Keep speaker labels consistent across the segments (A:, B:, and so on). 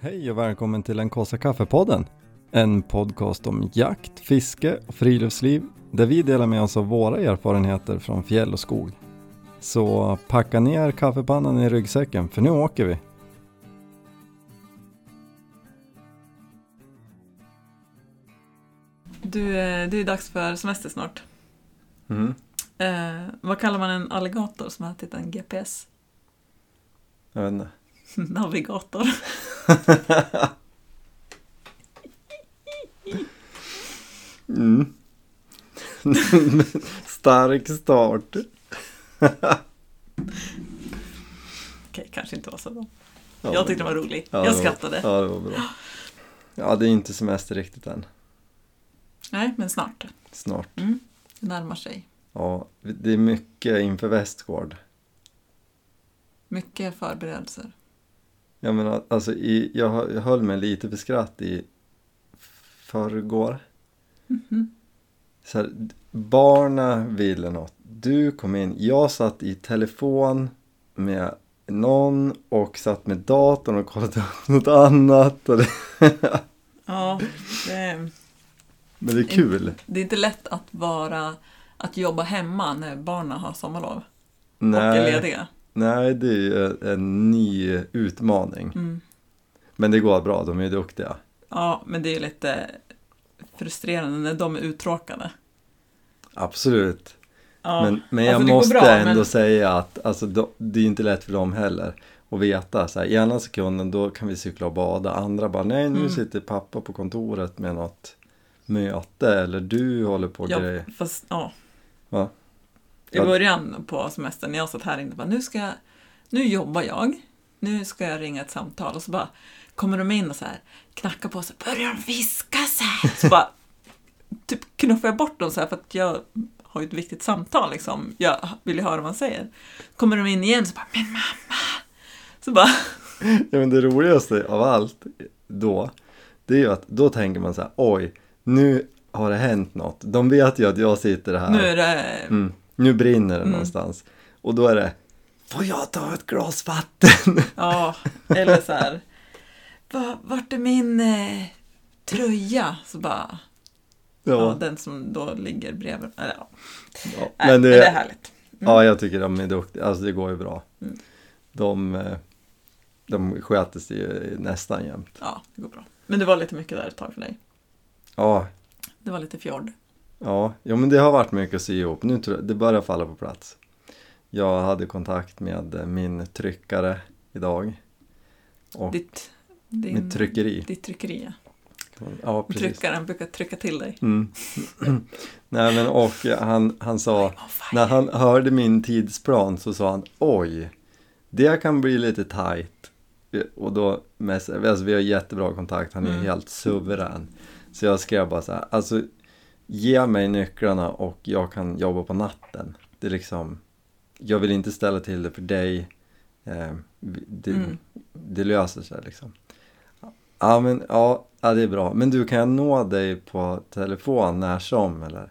A: Hej och välkommen till den kaffe kaffepodden. En podcast om jakt, fiske och friluftsliv där vi delar med oss av våra erfarenheter från fjäll och skog. Så packa ner kaffepannan i ryggsäcken för nu åker vi.
B: Du, eh, det är dags för semester snart.
A: Mm.
B: Eh, vad kallar man en alligator som har ätit en GPS?
A: Jag vet inte.
B: Navigator.
A: Mm. Stark start.
B: Okej, kanske inte var så bra. jag tyckte den var rolig. jag skrattade.
A: Ja, det var bra. Ja, det är inte semester riktigt än.
B: Nej, men snart.
A: Snart.
B: Mm. Det närmar sig.
A: Ja, det är mycket inför Västgård.
B: Mycket förberedelser.
A: Jag menar, alltså i, jag, hö- jag höll mig lite för skratt i förrgår. Så här, d- barna ville något. Du kom in, jag satt i telefon med någon och satt med datorn och kollade upp något annat. Och det,
B: Ja, det,
A: men det är kul.
B: det är inte lätt att vara att jobba hemma när barnen har sommarlov och är
A: Nej,
B: lediga.
A: nej, det är ju en ny utmaning.
B: Mm.
A: Men det går bra, de är duktiga.
B: Ja, men det är ju lite frustrerande när de är uttråkade.
A: Absolut.
B: Ja,
A: Men, men jag
B: Alltså, det går
A: måste
B: bra, men-
A: ändå säga att alltså, då, det är inte lätt för dem heller att veta. Så här, I ena sekunden då kan vi cykla och bada, andra bara nej nu
B: Mm.
A: sitter pappa på kontoret med något möte eller du håller på och
B: ja,
A: grejer.
B: fast, ja.
A: Va?
B: I
A: Ja.
B: början på semestern när jag satt här inne och bara, nu ska jag, nu jobbar jag, nu ska jag ringa ett samtal och så bara kommer de in och så här knackar på och så börjar de viska så här. Så bara typ knuffar jag bort dem så här för att jag har ju ett viktigt samtal liksom. Jag vill ju höra vad man säger. Kommer de in igen så bara, men mamma! Så bara,
A: Ja, men det roligaste av allt då, det är ju att då tänker man så här oj, nu har det hänt något. De vet ju att jag sitter här.
B: nu är det,
A: Mm, nu brinner det någonstans. Och då är det, får jag ta ett glas vatten?
B: ja, eller så här, "Va- vart är min eh, tröja? Så bara, Ja, den som då ligger bredvid. Eller, ja.
A: ja.
B: Nej, men det är härligt.
A: Ja, jag tycker de är duktiga. Alltså det går ju bra. De, eh, de sköter sig ju nästan jämt.
B: Ja, det går bra. Men det var lite mycket där ett tag för dig.
A: Ja,
B: Det var lite fjord.
A: ja. ja men det har varit mycket att sy ihop. Nu tror jag, det börjar falla på plats. Jag hade kontakt med eh, min tryckare idag. Och
B: Ditt, din,
A: mitt tryckeri.
B: Ditt tryckeri, ja.
A: Ja, precis.
B: Tryckaren brukar trycka till dig.
A: Mm. Nej, men och eh, han, han sa...
B: I'm on fire.
A: När han hörde min tidsplan så sa han oj, det kan bli lite tajt. Och då, med, alltså vi har jättebra kontakt, han är
B: Mm.
A: helt suverän. Så jag skrev bara så här, alltså ge mig nycklarna och jag kan jobba på natten. Det är liksom, jag vill inte ställa till det för dig. Eh, vi- det,
B: Mm.
A: det löser sig liksom. Ja, men ja, ja, det är bra. Men du, kan jag nå dig på telefon när som eller?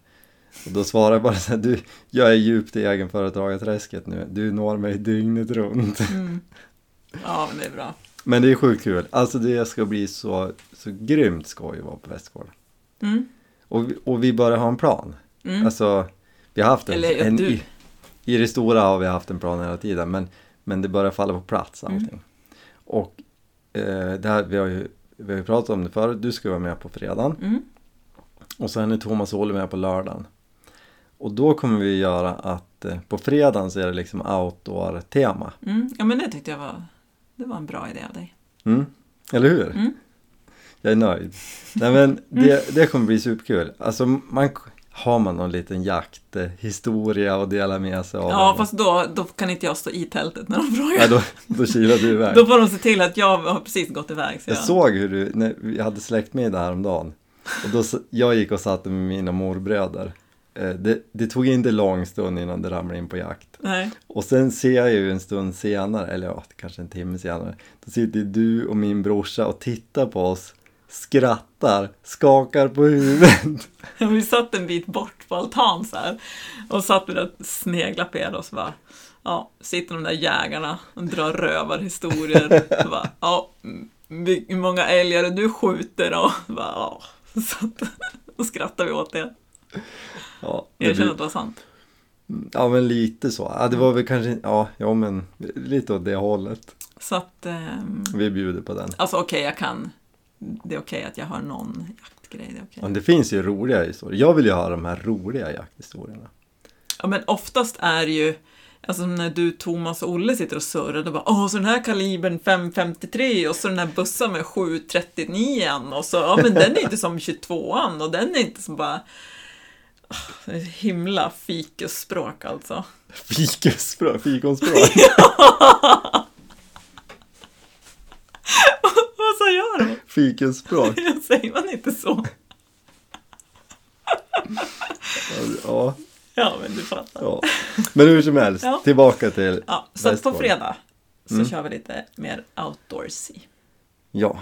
A: Och då svarar jag bara så här, du, jag är djupt i egenföretagarträsket nu. Du når mig dygnet runt.
B: Mm. Ja, men det är bra.
A: Men det är sjukt kul. Alltså det ska bli så, så grymt skoj att vara på Västgård.
B: Mm.
A: Och, vi- och vi börjar ha en plan.
B: Mm.
A: Alltså, vi har haft en...
B: Eller ja,
A: en
B: du.
A: i, I det stora har vi haft en plan hela tiden, men, men det börjar falla på plats
B: Mm.
A: allting. Och eh, det här, vi har ju vi har ju pratat om det förut, du ska vara med på fredagen.
B: Mm.
A: Och sen är Thomas och Olle med på lördagen. Och då kommer vi göra att eh, på fredagen så är det liksom outdoor-tema.
B: Mm. Ja, men det tyckte jag var, det var en bra idé av dig.
A: Mm. Eller hur?
B: Mm.
A: Jag är nöjd. Nej, men det, det kommer bli superkul. Alltså, man, har man någon liten jakthistoria att dela med sig av?
B: Ja, fast då, då kan inte jag stå i tältet när de
A: Nej,
B: frågar.
A: då, då kilar du iväg.
B: Då får de se till att jag har precis gått iväg. Så
A: Jag
B: jag,
A: såg hur du, när vi hade släktmiddag häromdagen. Och då, s- jag gick och satte med mina morbröder. Eh, Det, det tog inte lång stund innan det ramlade in på jakt.
B: nej.
A: Och sen ser jag ju en stund senare, eller ja, kanske en timme senare, då sitter ju du och min brorsa och tittar på oss, skrattar, skakar på huvudet.
B: Vi satt en bit bort på altan så här och satt vi där och sneglade på er och så bara, ja, sitter de där jägarna och drar rövarhistorier. Och bara, ja, mm, vi- hur många älgar du skjuter och bara, ja. Så att, då skrattar vi åt det.
A: Ja, det
B: Erkänn
A: blir,
B: att det var sant.
A: ja, men lite så. Ja, det var väl kanske, ja, ja, men lite åt det hållet.
B: Så att, ehm,
A: Vi bjuder på den.
B: alltså okej, jag kan. Det är okej att jag har någon jaktgrej, det är okej.
A: Ja, det finns ju roliga historier. Jag vill ju ha de här roliga jakthistorierna.
B: Ja men oftast är ju, alltså som när du, Thomas och Olle sitter och surrar, då bara åh så den här kalibern 5.53 och så den här bussen med 7.39 och så, ja men den är inte som 22an och den är inte som bara Ah, det är Himla fikusspråk alltså.
A: Fikonspråk, fikonspråk.
B: Vad sa jag då?
A: Fikonspråk.
B: Säger man inte så?
A: Ja,
B: Ja, men du fattar.
A: ja. Men hur som helst,
B: Ja.
A: tillbaka till
B: Ja, så att på
A: Västborg.
B: fredag så
A: Mm.
B: kör vi lite mer outdoorsy.
A: Ja.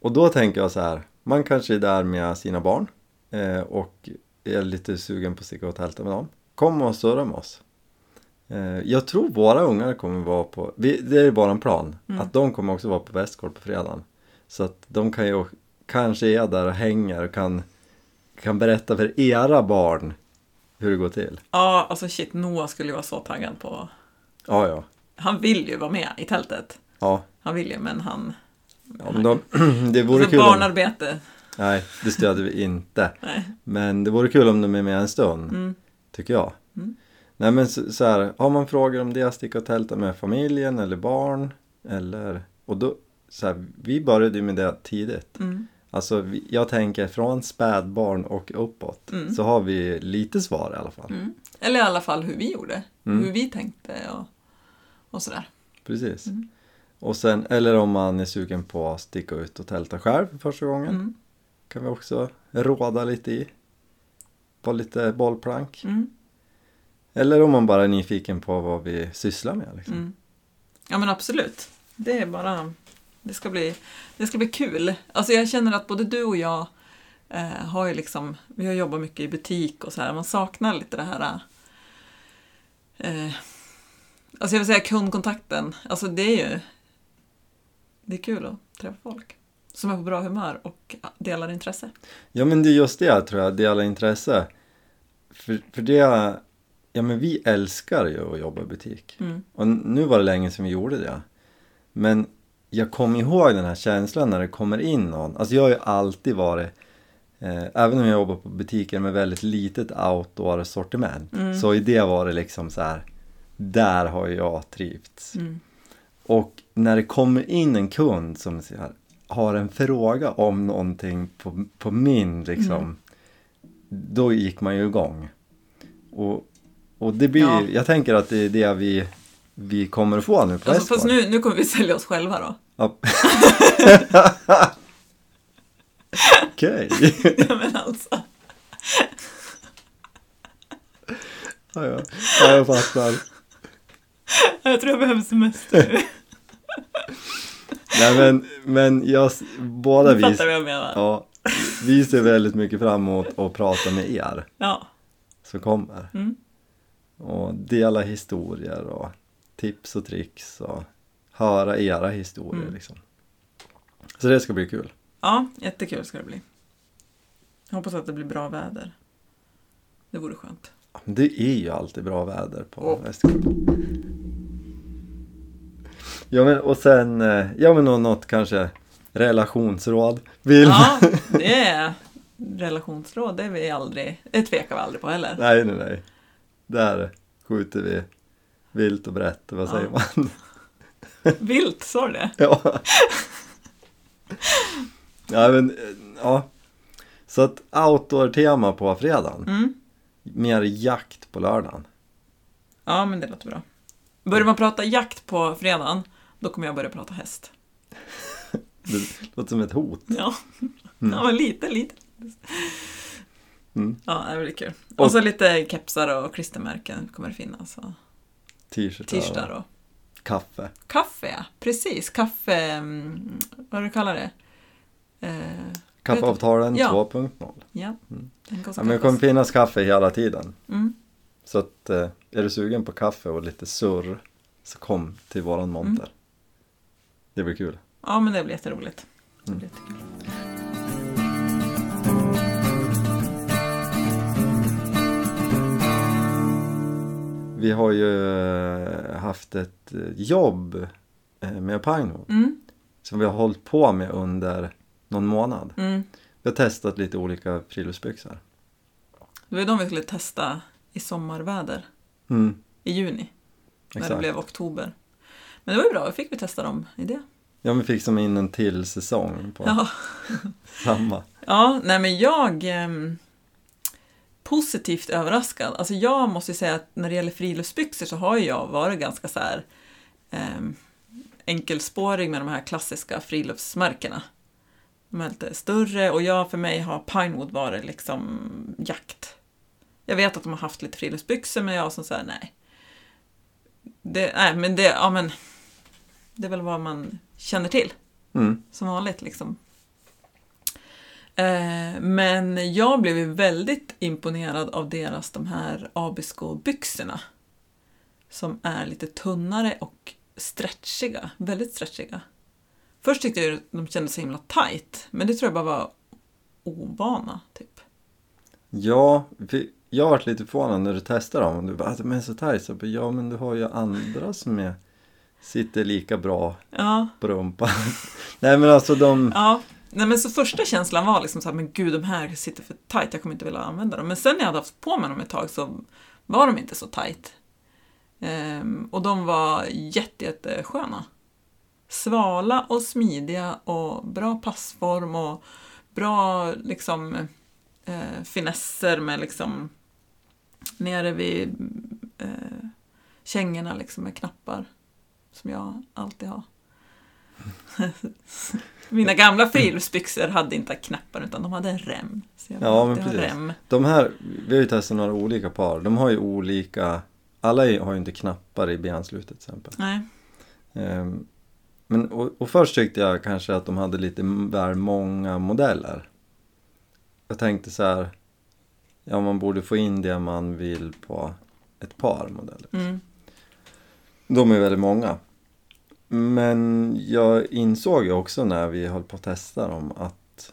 A: Och då tänker jag så här. Man kanske är där med sina barn eh, och är lite sugen på att sticka och tälta med dem. Kom och surra med oss. Eh, jag tror våra ungar kommer vara på, vi, det är våran plan, att de kommer också vara på Västgård på fredagen. Så att de kan ju, kanske är där och hänger och kan, kan berätta för era barn hur det går till.
B: Ja, alltså shit, Noah skulle ju vara så taggad på...
A: Ja, ja.
B: Han vill ju vara med i tältet.
A: Ja,
B: Han vill ju, men han...
A: ja men de, det vore
B: Alltså
A: kul om,
B: barnarbete.
A: Nej, det stöder vi inte.
B: Nej.
A: Men det vore kul om de är med en stund,
B: Mm.
A: tycker jag.
B: Mm.
A: Nej men så, så här, har man frågor om det, sticka och tälta med familjen eller barn eller... Och då, så här, vi började ju med det tidigt.
B: Mm.
A: Alltså vi, jag tänker från spädbarn och uppåt
B: Mm.
A: så har vi lite svar i alla fall.
B: Mm. Eller i alla fall hur vi gjorde.
A: Mm.
B: Hur vi tänkte och, och sådär.
A: Precis.
B: Mm.
A: Och sen, eller om man är sugen på att sticka ut och tälta själv för första gången
B: Mm.
A: kan vi också råda lite i. Vara lite bollplank.
B: Mm.
A: Eller om man bara är nyfiken på vad vi sysslar med. Liksom.
B: Mm. Ja, men absolut. Det är bara... Det ska bli, det ska bli kul. Alltså jag känner att både du och jag eh, har ju liksom... Vi har jobbat mycket i butik och så här. Man saknar lite det här... Eh, alltså jag vill säga kundkontakten. Alltså det är ju... Det är kul att träffa folk som är på bra humör och delar intresse.
A: Ja men det är just det tror jag, dela intresse. För, för det, ja men vi älskar ju att jobba i butik.
B: Mm.
A: Och nu var det länge sedan vi gjorde det. Men jag kommer ihåg den här känslan när det kommer in någon. Alltså jag har ju alltid varit, eh, även om jag jobbar på butiker med väldigt litet outdoor-sortiment. Så i det var det liksom så här, där har jag trivts.
B: Mm.
A: Och när det kommer in en kund som så här, har en fråga om någonting på, på min, liksom,
B: Mm.
A: då gick man ju igång. Och, och det blir,
B: Ja.
A: jag tänker att det är det vi, vi kommer att få nu på
B: Alltså, fast
A: Västgård.
B: nu, nu kommer vi sälja oss själva då.
A: Ja. Okej,
B: Ja, men alltså.
A: ja, ja. ja, jag fattar.
B: Jag tror jag behöver semester.
A: Nej, men, men jag, s- båda
B: Fattar
A: vi,
B: du vad jag menar?
A: ja, vi ser väldigt mycket fram emot att prata med er.
B: Ja.
A: som kommer.
B: Mm.
A: Och dela historier och tips och tricks och höra era historier
B: Mm.
A: liksom. Så det ska bli kul.
B: ja, jättekul ska det bli. Jag hoppas att det blir bra väder. Det vore skönt.
A: Det är ju alltid bra väder på
B: Ja.
A: västkusten. Ja men och sen, eh, ja men och något kanske relationsråd vill
B: Ja, det är relationsråd, det är vi aldrig, det tvekar vi aldrig på heller.
A: Nej nej nej. Där skjuter vi vilt och brett, vad
B: Ja.
A: säger man?
B: Vilt, sa du det?
A: Ja. ja, men, eh, ja. Så att outdoor-tema på fredagen.
B: Mm.
A: Mer jakt på lördagen.
B: Ja, men det låter bra. Börjar man prata jakt på fredagen, då kommer jag börja prata häst.
A: Det låter som ett hot.
B: Ja,
A: Mm.
B: ja men lite, lite.
A: Mm.
B: Ja, det blir kul.
A: Och-
B: Och så lite kepsar och klistermärken kommer det finnas. Och t-shirtar
A: T-shirtar
B: och
A: och kaffe.
B: Kaffe, ja. precis. Kaffe... mm, Vad du kallar det? Eh,
A: Kaffeavtalen
B: Ja.
A: 2.0.
B: ja,
A: Mm.
B: den kostar
A: Ja, men det kommer finnas kaffe hela tiden.
B: mm.
A: Så att, eh, är du sugen
B: Mm.
A: på kaffe och lite surr så kom till våran monter. Det blir kul.
B: Ja, men det blir jätteroligt. Det
A: Mm.
B: blir jättekul.
A: Vi har ju eh, haft ett eh, jobb eh, med Pinewood
B: Mm,
A: som vi har hållit på med under någon månad.
B: mm.
A: Vi har testat lite olika friluftsbyxor.
B: Det var ju de vi skulle testa i sommarväder
A: Mm,
B: i juni, när det
A: exakt.
B: blev oktober. Men det var ju bra, då fick vi testa dem i det.
A: Ja, men fick som in en till säsong på
B: Ja.
A: samma.
B: Ja, nej men jag... ehm, positivt överraskad. Alltså jag måste ju säga att när det gäller friluftsbyxor så har ju jag varit ganska så här ehm, enkelspårig med de här klassiska friluftsmärkena. De är lite större och jag, för mig har Pinewood varit liksom jakt. Jag vet att de har haft lite friluftsbyxor men jag som säger nej. Det, nej men det, ja men. Det är väl vad man känner till
A: Mm,
B: som vanligt liksom. Eh, men jag blev ju väldigt imponerad av deras de här Abisko-byxorna. Som är lite tunnare och stretchiga, väldigt stretchiga. Först tyckte jag att de kändes så himla tight, men det tror jag bara var ovana, typ.
A: ja, vi, jag varit lite förvånad när du testade dem. Du bara, "Ah, de är så tajt. Så jag bara, ja, men du har ju andra som är, sitter lika bra
B: Ja,
A: på rumpan. Nej, men alltså de...
B: ja. Nej, men så första känslan var liksom så här, men gud, de här sitter för tight, jag kommer inte vilja använda dem. Men sen när jag hade haft på mig dem ett tag så var de inte så tight. Ehm, och de var jätte, jättesköna. Svala och smidiga och bra passform och bra liksom eh, finesser med liksom nere vid eh, kängorna liksom med knappar som jag alltid har. Mina gamla friluftsbyxor hade inte knappar utan de hade en rem. Så jag
A: Ja,
B: vill
A: men
B: alltid ha
A: precis.
B: rem.
A: De här, vi har ju testat några olika par. De har ju olika... Alla är- har ju inte knappar i beanslutet till exempel.
B: Nej.
A: Ehm, Men, och, och först tyckte jag kanske att de hade lite väl många modeller. Jag tänkte så här, ja man borde få in det man vill på ett par modeller.
B: Mm.
A: De är väldigt många. Men jag insåg ju också när vi höll på att testa dem att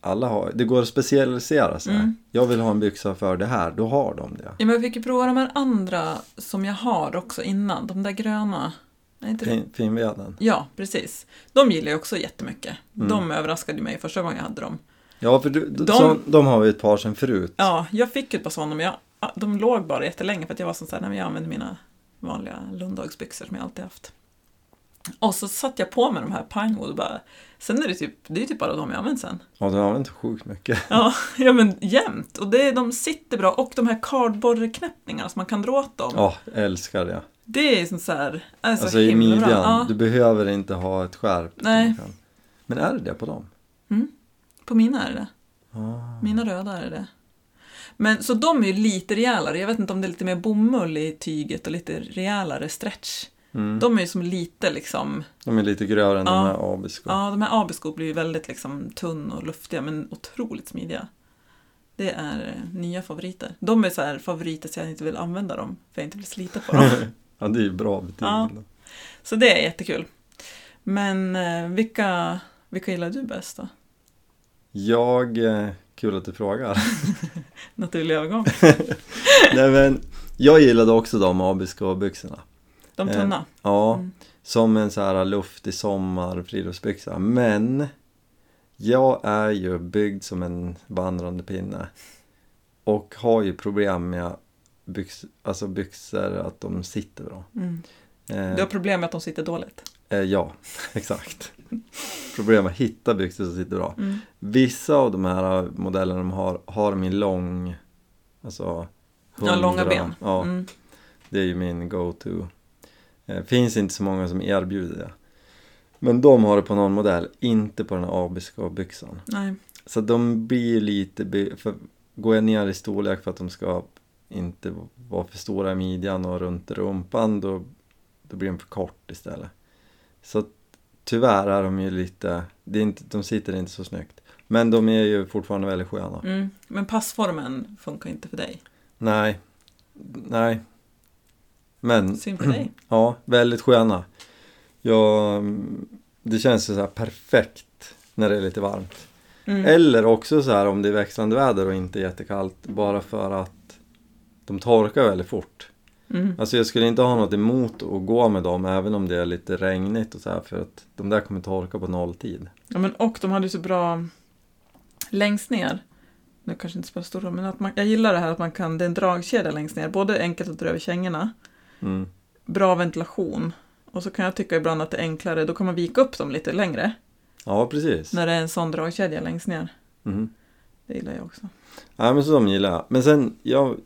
A: alla har, det går att specialisera sig.
B: Mm.
A: Jag vill ha en byxa för det här, då har de det.
B: Ja, men jag fick ju prova de här andra som jag har också innan, de där gröna. Nej, inte det.
A: Fin, finveden.
B: Ja, precis. De gillar jag också jättemycket.
A: Mm.
B: De överraskade mig första gången jag hade dem.
A: Ja, för du, de,
B: De-
A: så, de har vi ett par sen förut.
B: Ja, jag fick ju ett par sådana, men jag, de låg bara jättelänge för att jag var som såhär, nej men jag använder mina vanliga lunddagsbyxor som jag alltid haft. Och så satte jag på mig de här Pinewood och bara, sen är det typ, det är typ bara de jag använt sen.
A: Ja, de har inte sjukt mycket.
B: Ja, ja men jämt. Och det, de sitter bra. Och de här cardboardknäppningarna som man kan dra åt dem.
A: Ja, älskar det.
B: Det är som så här, är så
A: Alltså i
B: himla
A: midjan.
B: bra. Ja,
A: Du behöver inte ha ett skärp. liksom.
B: Nej.
A: Men är det det på dem?
B: På mina är det
A: Ah.
B: Mina röda är det Men så de är ju lite rejälare. Jag vet inte om det är lite mer bomull i tyget och lite rejälare stretch.
A: Mm. De...
B: De är ju som lite liksom,
A: är lite grövre än de
B: Ja.
A: här abisko.
B: ja de här abisko blir ju väldigt liksom tunn och luftiga men otroligt smidiga. Det är eh, nya favoriter. De är så här favoriter så jag inte vill använda dem, för jag inte vill slita på dem.
A: Ja, det är ju bra betyg. liksom.
B: Ja. Så det är jättekul. Men eh, vilka, vilka gillar du bäst då?
A: Jag, eh, kul att du frågar.
B: Naturlig övergång.
A: Nej men, jag gillade också de abisko byxorna.
B: De
A: Eh,
B: tunna.
A: Ja,
B: Mm.
A: som en så här luftig sommar friluftsbyxa. Men, jag är ju byggd som en vandrande pinne. Och har ju problem med byx, alltså byxor, att de sitter bra.
B: Mm.
A: Eh,
B: Du har problem med att de sitter dåligt.
A: Eh, ja, exakt. Problem att hitta byxor som sitter bra.
B: Mm.
A: Vissa av de här modellerna de har, har min lång, alltså
B: Ja, långa ben.
A: Ja,
B: Mm.
A: det är ju min go-to. Eh, finns inte så många som erbjuder det. Men de har det på någon modell, inte på den här Abisko-byxan.
B: Nej.
A: Så de blir ju lite, by- för, går jag ner i storlek för att de ska inte vara för stora i midjan och runt rumpan då, då blir de för kort istället. Så att, tyvärr är de ju lite, det är inte, de sitter inte så snyggt. Men de är ju fortfarande väldigt sköna.
B: Mm. Men passformen funkar inte för dig.
A: Nej, nej. Men
B: Synd för dig.
A: ja, väldigt sköna. Jag, mm, det känns ju så här perfekt när det är lite varmt.
B: Mm.
A: Eller också så här om det är växlande väder och inte jättekallt bara för att de torkar väldigt fort.
B: Mm.
A: Alltså jag skulle inte ha något emot att gå med dem även om det är lite regnigt och så här för att de där kommer torka på nolltid.
B: Ja, men och de hade ju så bra längst ner. Nu kanske inte spelar stor roll, men att man, jag gillar det här att man kan, det är en dragkedja längst ner. Både enkelt att dra över kängorna,
A: Mm.
B: bra ventilation. Och så kan jag tycka ibland att det är enklare, då kan man vika upp dem lite längre.
A: Ja, precis.
B: När det är en sån dragkedja längst ner.
A: Mm.
B: Det gillar jag också.
A: Ja, men så de gillar jag. Men sen, jag...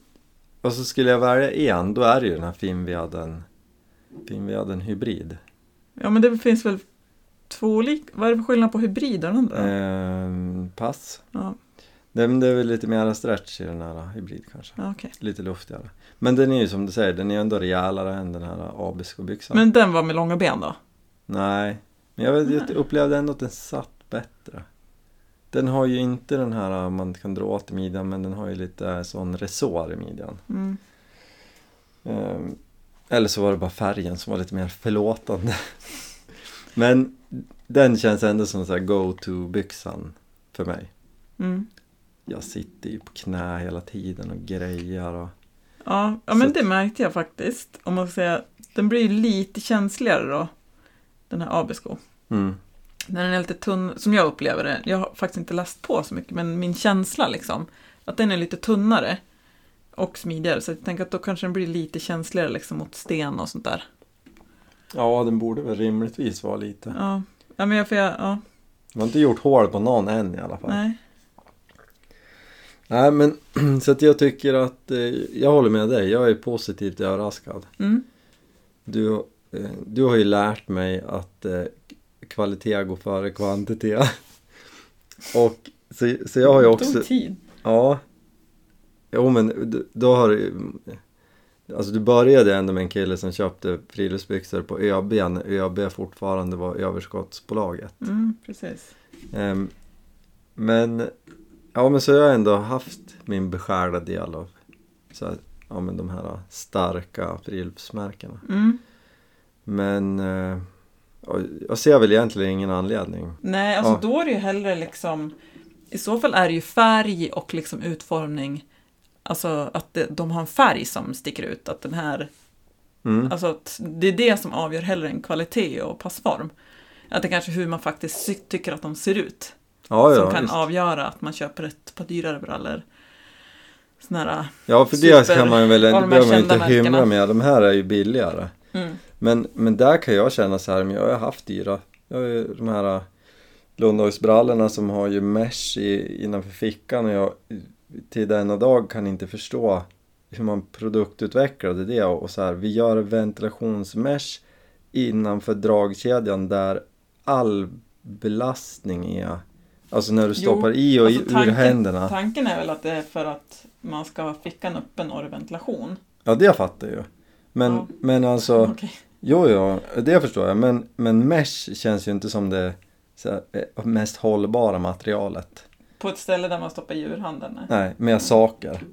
A: Alltså skulle jag välja en, då är det ju den här Finnveaden Finnveaden hybrid.
B: Ja, men det finns väl två olika, vad är det för skillnad på hybrid och den andra?
A: Ehm, pass.
B: Ja,
A: Nej, men det är väl lite mera stretch i den här eh, hybrid kanske.
B: ja okej.
A: Lite luftigare. Men den är ju som du säger, den är ju ändå rejälare än den här eh, Abisko-byxan.
B: Men den var med långa ben då?
A: Nej, men jag, vet, jag
B: Nej.
A: upplevde ändå att den satt bättre. Den har ju inte den här eh, man kan dra åt i midjan, men den har ju lite eh, sån resår i midjan.
B: Mm.
A: Ehm, Eller så var det bara färgen som var lite mer förlåtande. Men den känns ändå som så här go-to-byxan för mig.
B: Mm.
A: Jag sitter ju på knä hela tiden och grejar och...
B: Ja, ja,
A: Så
B: men
A: att-
B: det märkte jag faktiskt. Om man ska säga, den blir ju lite känsligare då, den här Abisko.
A: Mm,
B: När den är lite tunn, som jag upplever det, jag har faktiskt inte läst på så mycket, men min känsla liksom, att den är lite tunnare och smidigare, så jag tänker att då kanske den blir lite känsligare liksom mot sten och sånt där.
A: Ja, den borde väl rimligtvis vara lite.
B: Ja, ja men jag får, jag- ja,
A: Vi har inte gjort hål på någon än i alla fall.
B: nej.
A: Nej, men så att jag tycker att... eh, Jag håller med dig, jag är positivt överraskad.
B: Mm.
A: Du, eh, du har ju lärt mig att eh, kvalitet går före kvantitet. Och så, så jag har ju också...
B: tog tid.
A: Ja. Jo men d- då har du Alltså du började ändå med en kille som köpte friluftsbyxor på ÖB när ÖB fortfarande var överskottsbolaget.
B: Mm, precis.
A: Ehm, men ja men så jag har ändå haft min beskärda del av så här, ja, men de här starka friluftsmärkena.
B: Mm.
A: Men eh, ja, jag ser väl egentligen ingen anledning.
B: Nej, alltså
A: Ja.
B: då är det ju hellre liksom... I så fall är det ju färg och liksom utformning. Alltså att det, de har en färg som sticker ut. Att den här,
A: Mm.
B: alltså att det är det som avgör hellre än kvalitet och passform. Att det kanske är hur man faktiskt sy- tycker att de ser ut.
A: Ja,
B: som
A: ja,
B: kan
A: visst.
B: avgöra att man köper ett par dyrare brallor. Såna här...
A: ja, för det
B: super-
A: kan man väl, det
B: av de här
A: behöver man ju
B: kända
A: inte hymla
B: märkena.
A: med. De här är ju billigare.
B: Mm,
A: Men, men där kan jag känna så här, men jag har ju haft dyra, jag har ju de här Lundahusbrallorna som har ju mesh i, innanför fickan och jag till denna dag kan inte förstå hur man produktutvecklade det och så här, vi gör ventilationsmesh innanför dragkedjan där all belastning är, alltså när du
B: Jo,
A: stoppar i och i-
B: alltså tanken-
A: ur händerna.
B: Tanken är väl att det är för att man ska ha fickan öppen och det är ventilation.
A: Ja, det fattar jag ju. Men,
B: Ja. Mm.
A: men alltså...
B: Okej.
A: Jo, jo, det förstår jag. Men, men mesh känns ju inte som det så här, eh, mest hållbara materialet.
B: På ett ställe där man stoppar i djurhandeln. nej.
A: Nej, mer saker.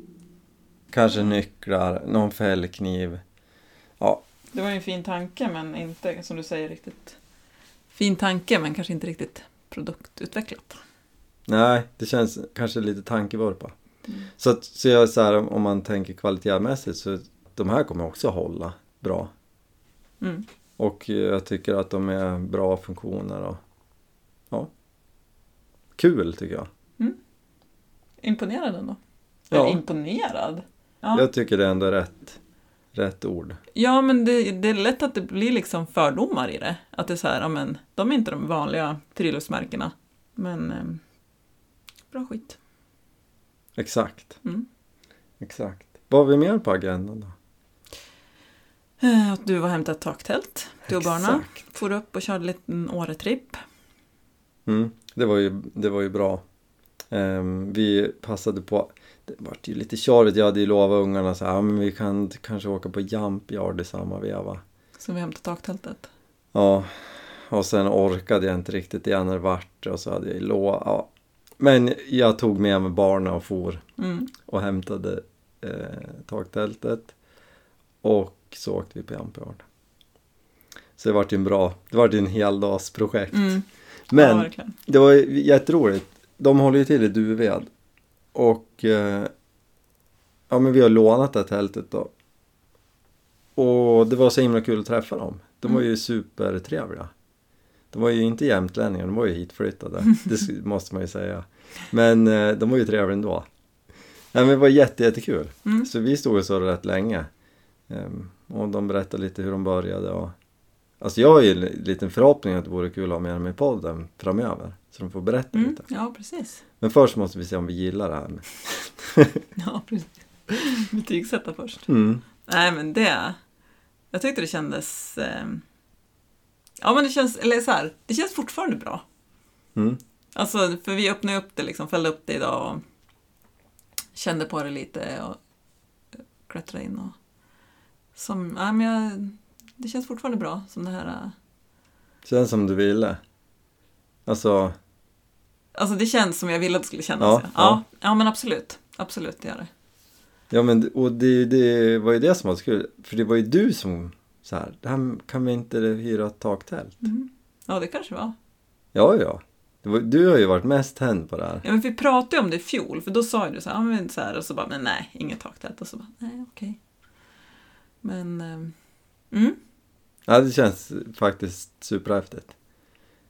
A: Kanske nycklar, någon fällkniv.
B: Det var ju en fin tanke, men inte, som du säger, riktigt... Fin tanke, men kanske inte riktigt produktutvecklat.
A: Nej, det känns kanske lite tankevurpa.
B: Mm.
A: Så, att, så, jag, så här, om- om man tänker kvalitetsmässigt så de här kommer också hålla bra.
B: Mm.
A: Och eh, jag tycker att de är bra funktioner och ja. Kul tycker jag.
B: Imponerad ändå.
A: Ja.
B: Eller imponerad? Ja,
A: Jag tycker det ändå är rätt, rätt ord.
B: ja men det, det är lätt att det blir liksom fördomar i det. Att det är så här, ja men, de är inte de vanliga friluftsmärkena. Men ehm, bra skit.
A: Exakt.
B: Mm.
A: Exakt. Vad har vi mer på agendan då?
B: Eh, Att du var och hämtade ett taktält till barnen.
A: Exakt.
B: For upp och körde en liten Åretripp.
A: Mm, det, var ju, det var ju bra. Ehm, vi passade på, det var ju lite tjorvigt, jag hade ju lovat ungarna så här, "Ja, men vi kan t- kanske åka på jump yard i samma veva.
B: Så vi hämtade taktältet.
A: Ja, och sen orkade jag inte riktigt igen när det vart och så hade jag ju lovat. Ja. Men jag tog med mig barnen och for
B: Mm.
A: och hämtade eh, taktältet och så åkte vi på Jampiard. Så det vart ju en bra, det vart ju en heldagsprojekt.
B: Mm. Ja,
A: Men
B: verkligen.
A: det var ju jätteroligt. De håller ju till i Duved. Och eh, ja, men vi har lånat det här tältet då. Och det var så himla kul att träffa dem. De var ju supertrevliga. De var ju inte jämtlänningar, de var ju hitflyttade. Det s- måste man ju säga. Men eh, de var ju trevliga ändå. Nej, men det var jätte, jättekul.
B: Mm.
A: Så vi stod och så rätt länge. Ehm, och de berättade lite hur de började och Alltså jag har ju en liten förhoppning att det vore kul att ha med dem i podden framöver. Så de får berätta
B: Mm.
A: lite.
B: Ja, precis.
A: Men först måste vi se om vi gillar det här.
B: Ja, precis. Betygsätta först.
A: Mm.
B: Nej, men det... Jag tyckte det kändes... Eh, ja, men det känns... Eller så här, det känns fortfarande bra.
A: Mm.
B: Alltså, för vi öppnade upp det liksom, fällde upp det idag och kände på det lite och klättrade in och... Som, ja, men jag, det känns fortfarande bra som det här... eh,
A: Känns som du ville. Alltså,
B: Alltså det känns som jag ville att det skulle kännas.
A: Ja,
B: Ja, ja. ja. men absolut. Absolut, det gör det.
A: ja men och det, det var ju det som var så kul. För det var ju du som så här, det här kan vi inte hyra ett taktält?
B: Mm. Ja, det kanske var.
A: Ja, ja. Det var, du har ju varit mest tänd på det här.
B: Ja, men vi pratade ju om det i fjol, för då sa ju du så här, ja, men så här och så bara, men nej, inget taktält. Och så bara, nej, okej. Men, ehm, mm.
A: Ja, det känns faktiskt superhäftigt.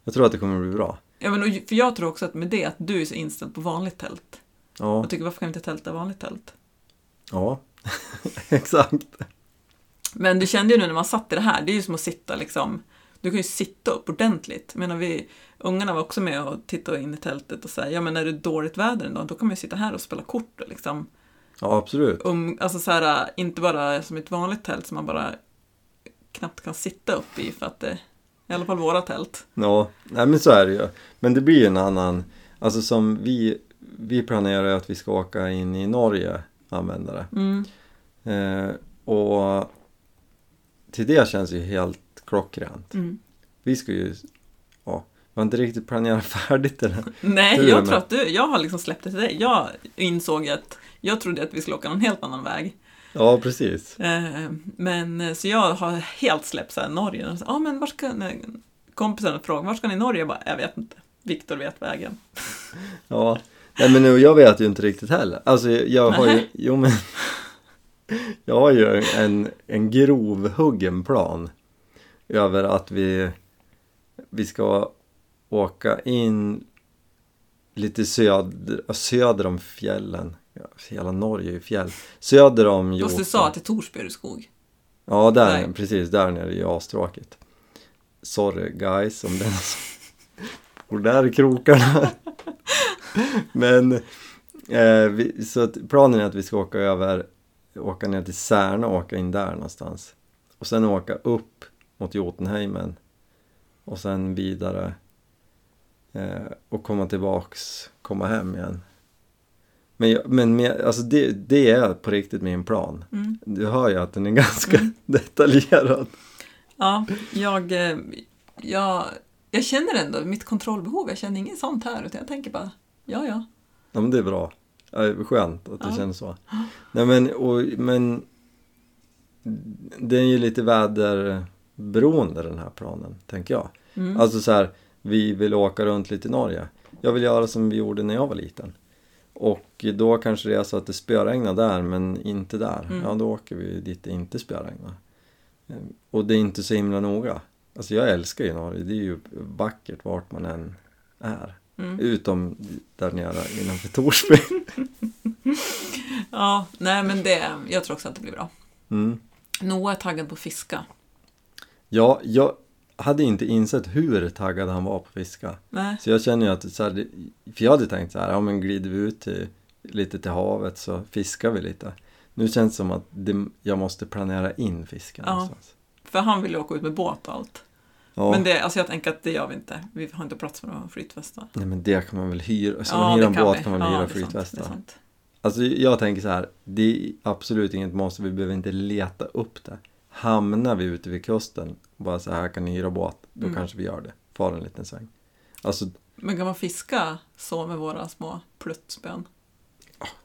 A: Jag tror att det kommer bli bra.
B: Ja, men, och, för jag tror också att med det, att du är så inställd på vanligt tält.
A: Ja,
B: Jag tycker, varför kan vi inte tälta vanligt tält?
A: ja. exakt.
B: Men du kände ju nu när man satt i det här, det är ju som att sitta liksom, du kan ju sitta upp ordentligt. Jag menar, vi, ungarna var också med och tittade in i tältet och säga, ja men är det dåligt väder en dag, då kan man ju sitta här och spela kort och liksom
A: Ja, absolut.
B: um, alltså så här, inte bara som ett vanligt tält som man bara knappt kan sitta upp i för att det, i alla fall våra tält.
A: Ja, nej men så är det ju. Men det blir ju en annan, alltså som vi, vi planerar ju att vi ska åka in i Norge, använda det.
B: Mm.
A: Eh, och till det känns det ju helt klockrent.
B: Mm.
A: Vi ska ju, ja, vi har inte riktigt planerat färdigt det där. Du
B: Nej,
A: är
B: jag
A: med.
B: tror att du, jag har liksom släppt det till dig. Jag insåg att jag trodde att vi skulle åka någon helt annan väg.
A: Ja, precis.
B: Eh, Men eh, så jag har helt släppt så här Norge. Ja, ah, men var ska ni? Kompisen frågade, var ska ni i Norge? Jag bara, jag vet inte. Viktor vet vägen.
A: Ja. Nej men nu, jag vet ju inte riktigt heller. Alltså jag- jag har ju,
B: Nej.
A: jo men. Jag har ju en, en grovhuggen plan. Över att vi, vi ska åka in lite söder, söder om fjällen. Ja, Hela Norge är ju fjäll. Söder om
B: Fast du sa att det är Torsby är det skog.
A: Ja, där,
B: Nej.
A: precis. Där nere är ju astråkigt. Sorry guys om den som bor där i krokarna. Men eh, vi, så att planen är att vi ska åka över, åka ner till Särna och åka in där någonstans. Och sen åka upp mot Jotunheimen och sen vidare eh, och komma tillbaks, komma hem igen. Men, jag- men med, alltså det, det är på riktigt min plan.
B: Mm.
A: Du hör ju att den är ganska detaljerad.
B: Ja, jag, eh, jag, jag känner ändå mitt kontrollbehov. Jag känner inget sånt här, utan jag tänker bara, ja, ja.
A: Ja, men det är bra. Ja, det är Skönt att du
B: Ja.
A: känner så. Nej, men, och, men det är ju lite väderberoende den här planen, tänker jag.
B: Mm.
A: Alltså så här, vi vill åka runt lite i Norge. Jag vill göra som vi gjorde när jag var liten. Och då kanske det är så att det spöregnar där men inte där.
B: Mm.
A: Ja, då åker vi dit det inte spöregnar. Ehm, Och det är inte så himla noga. Alltså jag älskar ju Norge, det är ju vackert vart man än är.
B: Mm.
A: Utom där nere innanför Torsby.
B: Ja, nej men det, jag tror också att det blir bra.
A: Mm.
B: Noah är taggad på att fiska.
A: Ja, jag hade inte insett hur taggad han var på att fiska.
B: Nej.
A: Så jag känner ju att, så här, det- för jag hade tänkt så här, ja men glider vi ut till, lite till havet så fiskar vi lite. Nu känns det som att det, jag måste planera in fisken
B: Ja.
A: någonstans.
B: För han vill ju åka ut med båt och allt.
A: Ja,
B: Men det, alltså jag tänker att det gör vi inte. Vi har inte plats med några flytvästar.
A: nej men det kan man väl hyra, ska Alltså, man hyra en
B: det kan
A: båt
B: vi.
A: kan man väl
B: Ja,
A: hyra
B: det är sant, det är
A: flytvästar.
B: sant.
A: Alltså jag tänker så här, det är absolut inget måste, vi behöver inte leta upp det. Hamnar vi ute vid kusten, bara så här kan ni hyra båt, då
B: Mm.
A: kanske vi gör det. Far en liten sväng. Alltså,
B: Men kan man fiska så med våra små pluttspön?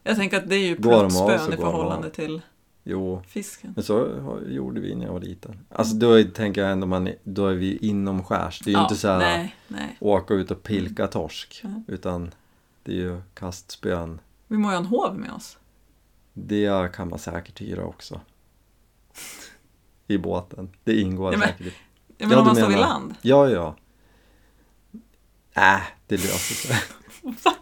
B: Jag tänker att det är ju
A: Går de av så
B: pluttspön i
A: går de av.
B: förhållande till...
A: Jo,
B: Fisken.
A: men så har- gjorde vi när jag var liten. Alltså då är- tänker jag ändå man, är- då är vi inomskärs. Det är ju inte så här
B: nej, nej.
A: åka ut och pilka torsk.
B: Mm.
A: Utan det är ju kastspön.
B: Vi må ju ha en hov med oss.
A: Det kan man säkert hyra också. I båten. Det ingår
B: Nej, men-
A: säkert.
B: Jag menar
A: Ja,
B: om
A: du
B: man står vid
A: menar-
B: land.
A: Ja, ja. Äh, det löser sig.
B: Va?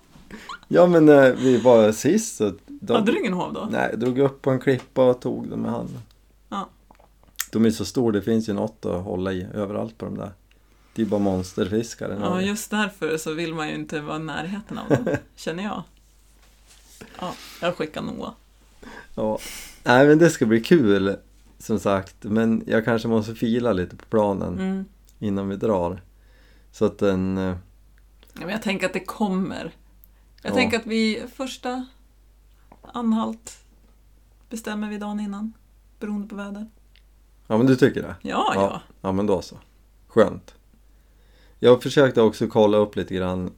A: Ja, men eh, vi var sist så... De,
B: Hade du ingen hov då?
A: Nej, drog upp på en klippa och tog dem med handen.
B: Ja.
A: De är så stora, det finns ju något att hålla i överallt på de där. Det är bara monsterfiskare.
B: Ja, just därför så vill man ju inte vara i närheten av dem, känner jag. Ja, jag skickar Noah.
A: Ja. Nej, men det ska bli kul. Som sagt, men jag kanske måste fila lite på planen
B: Mm.
A: innan vi drar. Så att den... eh,
B: Ja, men jag tänker att det kommer. Jag
A: Ja.
B: tänker att vi första anhalt bestämmer vi dagen innan, beroende på väder.
A: Ja, men du tycker det?
B: Ja, ja.
A: Ja. Ja men då så. Skönt. Jag försökte också kolla upp lite grann.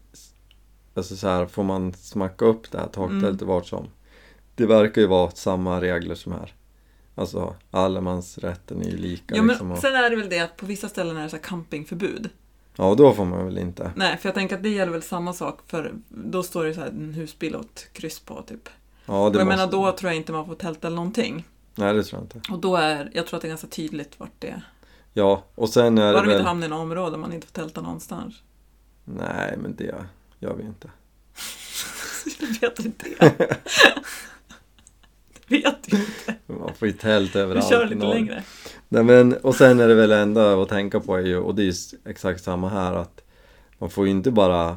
A: Alltså så här, får man smacka upp det här
B: Mm.
A: taktältet vart som? Det verkar ju vara samma regler som här. Alltså allemansrätten är ju lika.
B: Ja, men
A: liksom, och,
B: sen är det väl det att på vissa ställen är det så här campingförbud.
A: ja och då får man väl inte.
B: Nej, för jag tänker att det gäller väl samma sak för då står det så här en husbil och ett kryss på typ.
A: Ja,
B: Och
A: det
B: jag
A: måste,
B: menar då tror jag inte man får tälta eller någonting.
A: Nej det tror jag inte.
B: Och då är, jag tror att det är ganska tydligt vart det är.
A: Ja och sen är
B: Bara
A: det
B: vi inte
A: väl...
B: hamnar i något område där man inte får tälta någonstans.
A: Nej men det gör vi inte.
B: Jag vet inte det. Det vet ju.
A: Man får ju tält
B: Vi
A: överallt.
B: kör
A: i
B: lite
A: Norge.
B: längre.
A: Nej, men, och sen är det väl enda att tänka på är ju, och det är ju s- exakt samma här att man får ju inte bara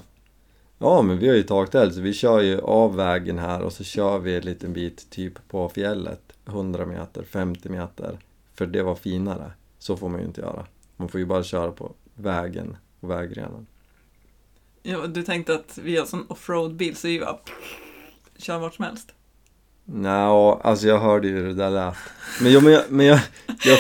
A: Ja men vi har ju taktält så vi kör ju av vägen här och så kör vi en liten bit typ på fjället 100 meter, 50 meter För det var finare Så får man ju inte göra Man får ju bara köra på vägen och vägrenen
B: Ja, du tänkte att vi har sån offroad-bil så vi bara kör vart som helst.
A: Nja, alltså jag hörde ju hur det där lät Men, jo, men, jag, men jag, jag,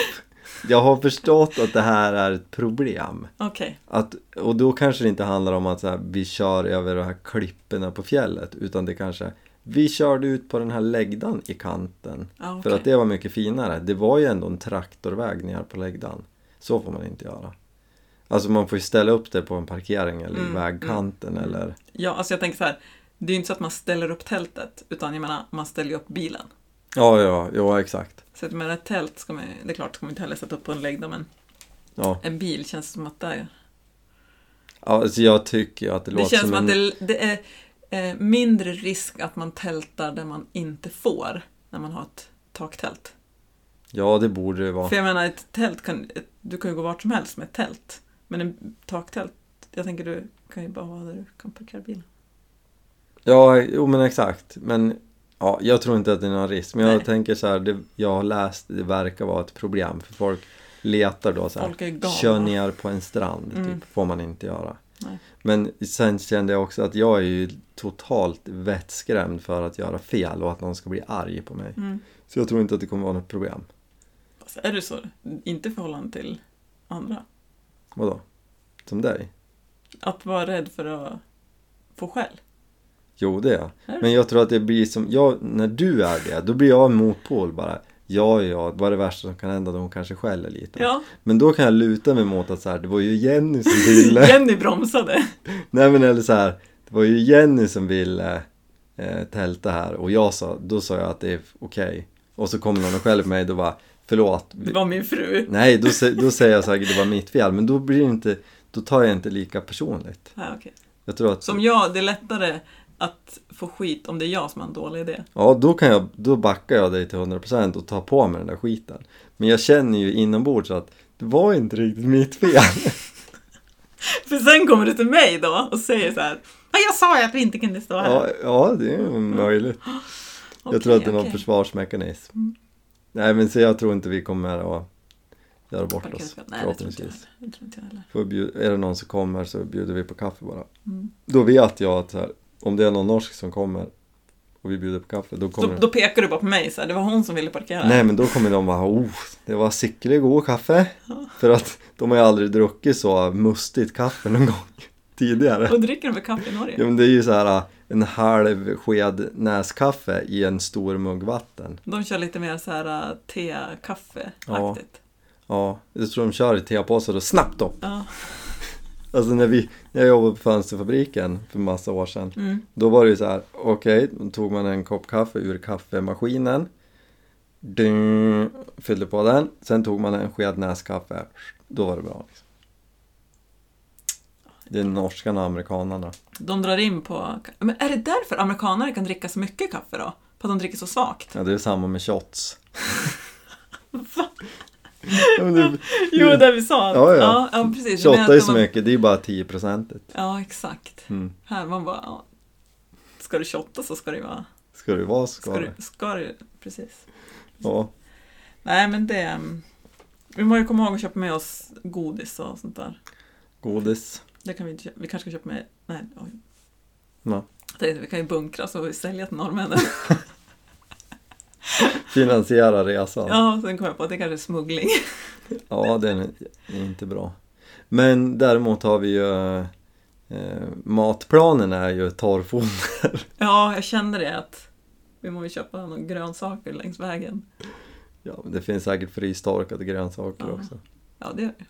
A: jag har förstått att det här är ett problem
B: Okej.
A: Att, och då kanske det inte handlar om att så här, vi kör över de här klipporna på fjället utan det kanske vi körde ut på den här lägdan i kanten
B: Ja,
A: för
B: okej.
A: att det var mycket finare. Det var ju ändå en traktorväg ner på lägdan. Så får man inte göra. Alltså man får ju ställa upp det på en parkering eller i
B: Mm,
A: vägkanten eller
B: Ja, alltså jag tänker så här. Det är ju inte så att man ställer upp tältet, utan jag menar, man ställer ju upp bilen.
A: ja, ja, ja, exakt.
B: Så att med ett tält ska man ju- det är klart ska man inte heller sätta upp på en läggda, men
A: Ja,
B: en bil känns som att det är...
A: Ja, alltså jag tycker ju att det,
B: Det
A: låter
B: känns
A: som
B: som att
A: en...
B: det, det är eh, mindre risk att man tältar där man inte får, när man har ett taktält.
A: Ja, det borde det vara.
B: För jag menar, ett tält kan, ett, du kan ju gå vart som helst med ett tält. Men en taktält, jag tänker du kan ju bara vara där du kan parkera bilen.
A: Ja, jo men exakt. Men ja, jag tror inte att det är någon risk. Men jag
B: Nej.
A: tänker så här, det, jag har läst, det verkar vara ett problem för folk letar då så här.
B: Folk är ju galna.
A: Kör ner på en strand,
B: Mm.
A: typ, får man inte göra.
B: Nej.
A: Men sen kände jag också att jag är ju totalt vettskrämd för att göra fel och att någon ska bli arg på mig.
B: Mm.
A: Så jag tror inte att det kommer vara något problem.
B: Alltså, är du så? Inte i förhållande till andra?
A: Vadå? Som dig?
B: Att vara rädd för att få skäll?
A: Jo, det är jag.
B: Är du
A: Men jag tror att det blir som, jag, när du är det, då blir jag en motpol bara. Ja, ja, vad är det värsta som kan hända? De kanske skäller lite.
B: Ja,
A: Men då kan jag luta mig mot att så här, det var ju Jenny som ville.
B: Jenny bromsade.
A: Nej men eller så här, det var ju Jenny som ville eh, tälta här och jag sa, då sa jag att det är okej. Och så kommer någon och skäller på mig då bara, förlåt.
B: Det
A: Vi,
B: var min fru.
A: nej, då, sä- då säger jag säkert det var mitt fel, men då blir det inte, då tar jag inte lika personligt.
B: Ja, Ah, okej.
A: Jag tror att,
B: Som jag, det är lättare att få skit om det är jag som har en dålig idé.
A: ja då kan jag, då backar jag dig till 100% och tar på mig den där skiten. Men jag känner ju inombords att det var inte riktigt mitt fel.
B: För sen kommer du till mig då och säger så här. "Ja, Jag sa ju att vi inte kunde stå här.
A: Ja, ja det är ju möjligt.
B: Okej,
A: jag tror att det är någon
B: okej. Mm.
A: försvarsmekanism. Nej men så jag tror inte vi kommer att göra bort oss.
B: Parkeringsfel. Nej, det tror inte jag
A: alltså, Förhoppningsvis.
B: heller. Det tror inte jag heller.
A: Får bjud- är det någon som kommer så bjuder vi på kaffe bara.
B: Mm.
A: Då vet jag att så här, om det är någon norsk som kommer och vi bjuder på kaffe då
B: Så,
A: kommer
B: då pekar du bara på mig så här. Det var hon som ville parkera.
A: Nej men då kommer de bara oh, det var sickligt god kaffe. För att de har ju aldrig druckit så mustigt kaffe någon gång tidigare.
B: Och dricker de väl kaffe i Norge?
A: Ja men det är ju så här, en halv sked näskaffe i en stor mugg vatten.
B: De kör lite mer så här äh, te-kaffe-aktigt.
A: Ja, jag tror de kör i tepåsar och snabbt då.
B: Ja.
A: Alltså när, vi, när jag jobbade på fönsterfabriken för massa år sedan.
B: Mm.
A: Då var det ju så här, okej, då tog man en kopp kaffe ur kaffemaskinen. Ding, fyllde på den, sen tog man en sked näskaffe. Då var det bra. Liksom. Det är norskarna och amerikanarna.
B: De drar in på... Men är det därför amerikanare kan dricka så mycket kaffe då? För att de dricker så svagt?
A: Ja, det är samma med shots.
B: Va?
A: Ja, men det,
B: Jo, det vi sa.
A: Mm. Ja, ja.
B: ja, ja precis. Jag
A: shotar
B: menar att
A: är
B: de
A: så
B: har-
A: mycket, det är ju bara 10%
B: Ja, exakt.
A: mm.
B: Här, man bara... Ja. Ska du shotta så ska det ju vara...
A: Ska det vara
B: Ska,
A: ska,
B: ska,
A: det.
B: du, ska du... Precis.
A: Ja.
B: Nej, men det... mm, Vi måste ju komma ihåg att köpa med oss godis och sånt där.
A: Godis.
B: Det kan vi inte köpa. Vi kanske ska köpa med... Nej, oj.
A: Ja.
B: Jag tänkte, vi kan ju bunkra så vi säljer till norrmännen.
A: Finansiera resan.
B: Ja, sen kom jag på att det kanske är smuggling.
A: Ja, den är inte bra. Men däremot har vi ju... Eh, matplanen är ju torrfoder.
B: Ja, jag kände det att vi måste köpa några grönsaker längs vägen.
A: Ja, men det finns säkert frystorkade grönsaker
B: Ja.
A: också.
B: Ja, det gör
A: Mm.
B: vi.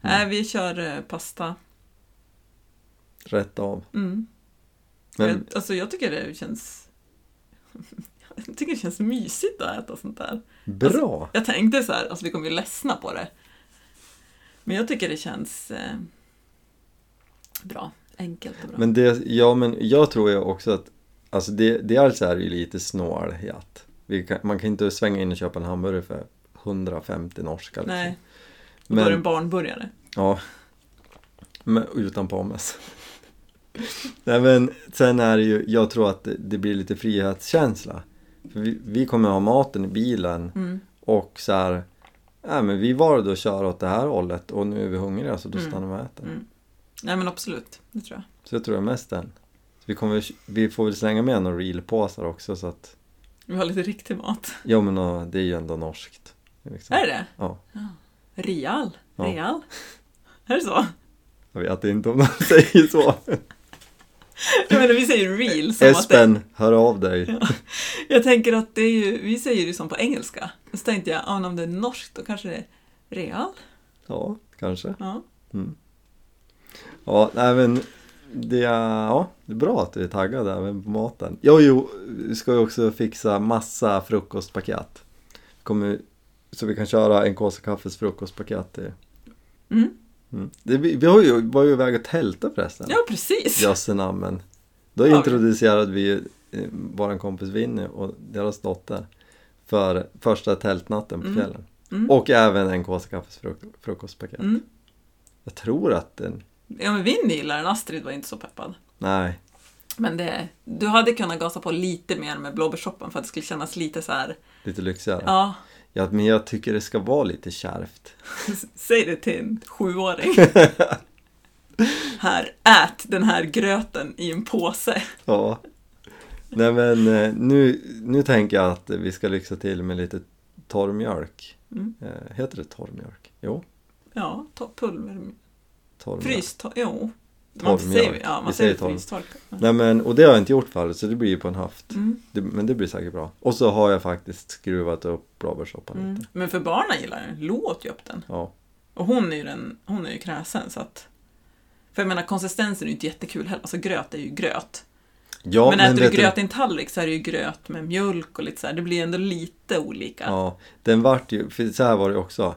B: Nej, vi kör eh, pasta.
A: Rätt av.
B: Mm.
A: Men,
B: Jag, alltså jag tycker det känns... Jag tycker det känns mysigt att äta sånt där.
A: bra!
B: Jag tänkte så här, alltså vi kommer ju ledsna på det. Men jag tycker det känns eh, bra. Enkelt och bra.
A: Men det, ja men jag tror ju också att Alltså det, dels är det ju lite snåljat. Vi kan, man kan inte svänga in och köpa en hamburgare för 150 norska liksom.
B: Nej, och då är det en
A: men,
B: barnburgare.
A: ja, men utan pommes. Nej men sen är det ju, jag tror att det, det blir lite frihetskänsla. För vi, vi kommer ha maten i bilen
B: Mm.
A: och så här, nej men vi var och kör åt det här hållet och nu är vi hungriga så då
B: Mm.
A: stannar vi och äter.
B: Mm. Nej men absolut, det tror jag.
A: Så jag tror det är mest den. Så vi, kommer, vi får väl slänga med några reelpåsar också så att...
B: Vi har lite riktig mat.
A: Ja men ja, det är ju ändå norskt. Liksom.
B: Är det
A: Ja.
B: det? Real?
A: Ja.
B: Real? Är det så?
A: Jag vet inte om man säger så.
B: Jag menar, vi säger real som att det,
A: Espen, hör av dig.
B: Jag tänker att det är ju, vi säger ju som på engelska. Så tänkte jag, ja, men om det är norskt då kanske det är real?
A: Ja, kanske.
B: Ja.
A: Ja, nej men det är, ja, det är bra att du är taggad även på maten. Jo, jo, vi ska ju också fixa massa frukostpaket. Kommer, så vi kan köra en kåsa kaffes frukostpaket. till-
B: Mm.
A: Mm. Det, vi vi har ju, var ju iväg och tälta förresten.
B: ja, precis!
A: Jösse namn. Då
B: Ja.
A: introducerade vi eh, vår kompis Winnie och deras dotter för första tältnatten på
B: Mm.
A: fjällen.
B: Mm.
A: Och även en kåsa kaffes fruk- frukostpaket.
B: Mm.
A: Jag tror att den...
B: Ja, men Vinny gillar den, Astrid var inte så peppad.
A: Nej,
B: Men det, du hade kunnat gasa på lite mer med blåbärssoppan för att det skulle kännas lite så här.
A: lite lyxigare. Ja.
B: ja,
A: men jag tycker det ska vara lite kärvt.
B: säg det till en sjuåring. här, ät den här gröten i en påse.
A: Ja. Nej men eh, nu, nu tänker jag att vi ska lyxa till med lite torrmjölk.
B: Mm.
A: Eh, heter det torrmjölk? Jo,
B: Ja, ta pulver,
A: torrmjölk.
B: frystork, jo. Man
A: Torrmjölk.
B: säger, ja, man
A: Vi
B: säger
A: säger torr.
B: frystork.
A: Nej men, och det har jag inte gjort förut så det blir ju på en haft.
B: Mm.
A: Det, men det blir säkert bra. Och så har jag faktiskt skruvat upp blåbärssoppan
B: Mm.
A: lite.
B: Men för barnen gillar den. Lo åt ju upp den.
A: Ja.
B: Och hon är ju, den, hon är ju kräsen så att... För jag menar konsistensen är ju inte jättekul heller. Alltså gröt är ju gröt.
A: Ja,
B: men äter
A: vet
B: du gröt i en tallrik så är det ju gröt med mjölk och lite så här. Det blir ändå lite olika.
A: Ja, den vart ju, för så här var det också.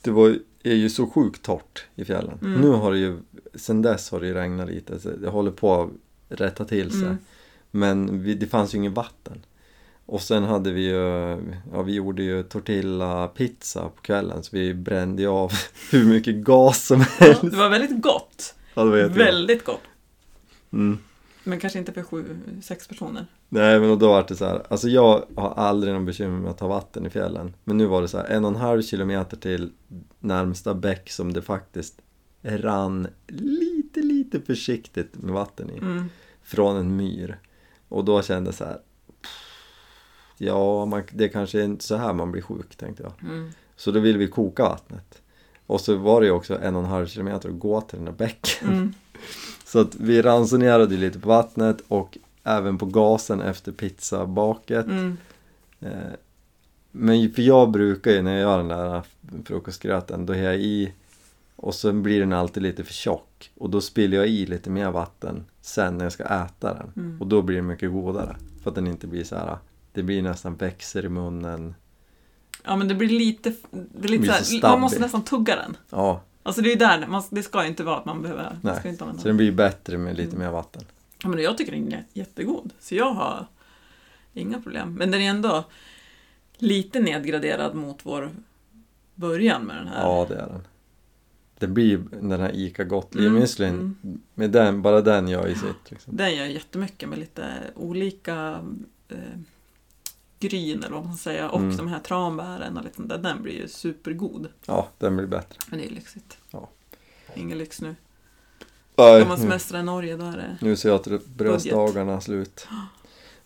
A: Det var, ju- är ju så sjukt torrt i fjällen.
B: Mm.
A: Nu har det ju, sen dess har det ju regnat lite. Så det håller på att rätta till sig.
B: Mm.
A: Men vi, det fanns ju inget vatten. Och sen hade vi ju, ja vi gjorde ju tortilla-pizza på kvällen så vi brände ju av hur mycket gas som
B: Ja,
A: helst.
B: det var väldigt gott.
A: Ja, det var jättegott.
B: Väldigt gott.
A: Mm.
B: Men kanske inte för sju, sex personer.
A: Nej men och då var det så här, alltså jag har aldrig någon bekymmer med att ta vatten i fjällen. Men nu var det så här, en och en halv kilometer till närmsta bäck som det faktiskt rann lite, lite försiktigt med vatten i.
B: Mm.
A: Från en myr. Och då kände jag så här, ja man, det kanske är inte så här man blir sjuk tänkte jag.
B: Mm.
A: Så då ville vi koka vattnet. Och så var det ju också en och en halv kilometer att gå till den där bäcken.
B: Mm.
A: Så Så att vi ransonerade ju lite på vattnet och även på gasen efter pizzabaket.
B: Mm.
A: Eh, Men ju- för jag brukar ju när jag gör den där frukostgröten, då har jag i och sen blir den alltid lite för tjock och då spiller jag i lite mer vatten sen när jag ska äta den
B: Mm.
A: och då blir den mycket godare för att den inte blir så här, det blir nästan växer i munnen.
B: Ja, men det blir lite... Det är
A: blir
B: lite
A: så
B: så här, man måste
A: stabbig.
B: nästan tugga den.
A: Ja,
B: Alltså det är ju där, man, det ska ju inte vara att man behöver... Man
A: Nej,
B: ska inte använda
A: så den blir bättre med lite mer vatten.
B: Ja, men jag tycker den är jättegod, så jag har inga problem. Men den är ändå lite nedgraderad mot vår början med den här.
A: Ja, det är den. Det blir den här ICA
B: Mm,
A: Gottlieb-müslin, med den, bara den gör i sitt. Liksom.
B: Den gör jag jättemycket med lite olika eh, gryn eller vad man ska säga och
A: Mm.
B: de här tranbären och lite sånt där. Den blir ju supergod.
A: Ja, den blir bättre.
B: Men det är lyxigt.
A: Ja.
B: Ingen lyx nu. Om man
A: Nej, nu,
B: semestrar i Norge då är det...
A: nu ser jag att bröstdagarna slut.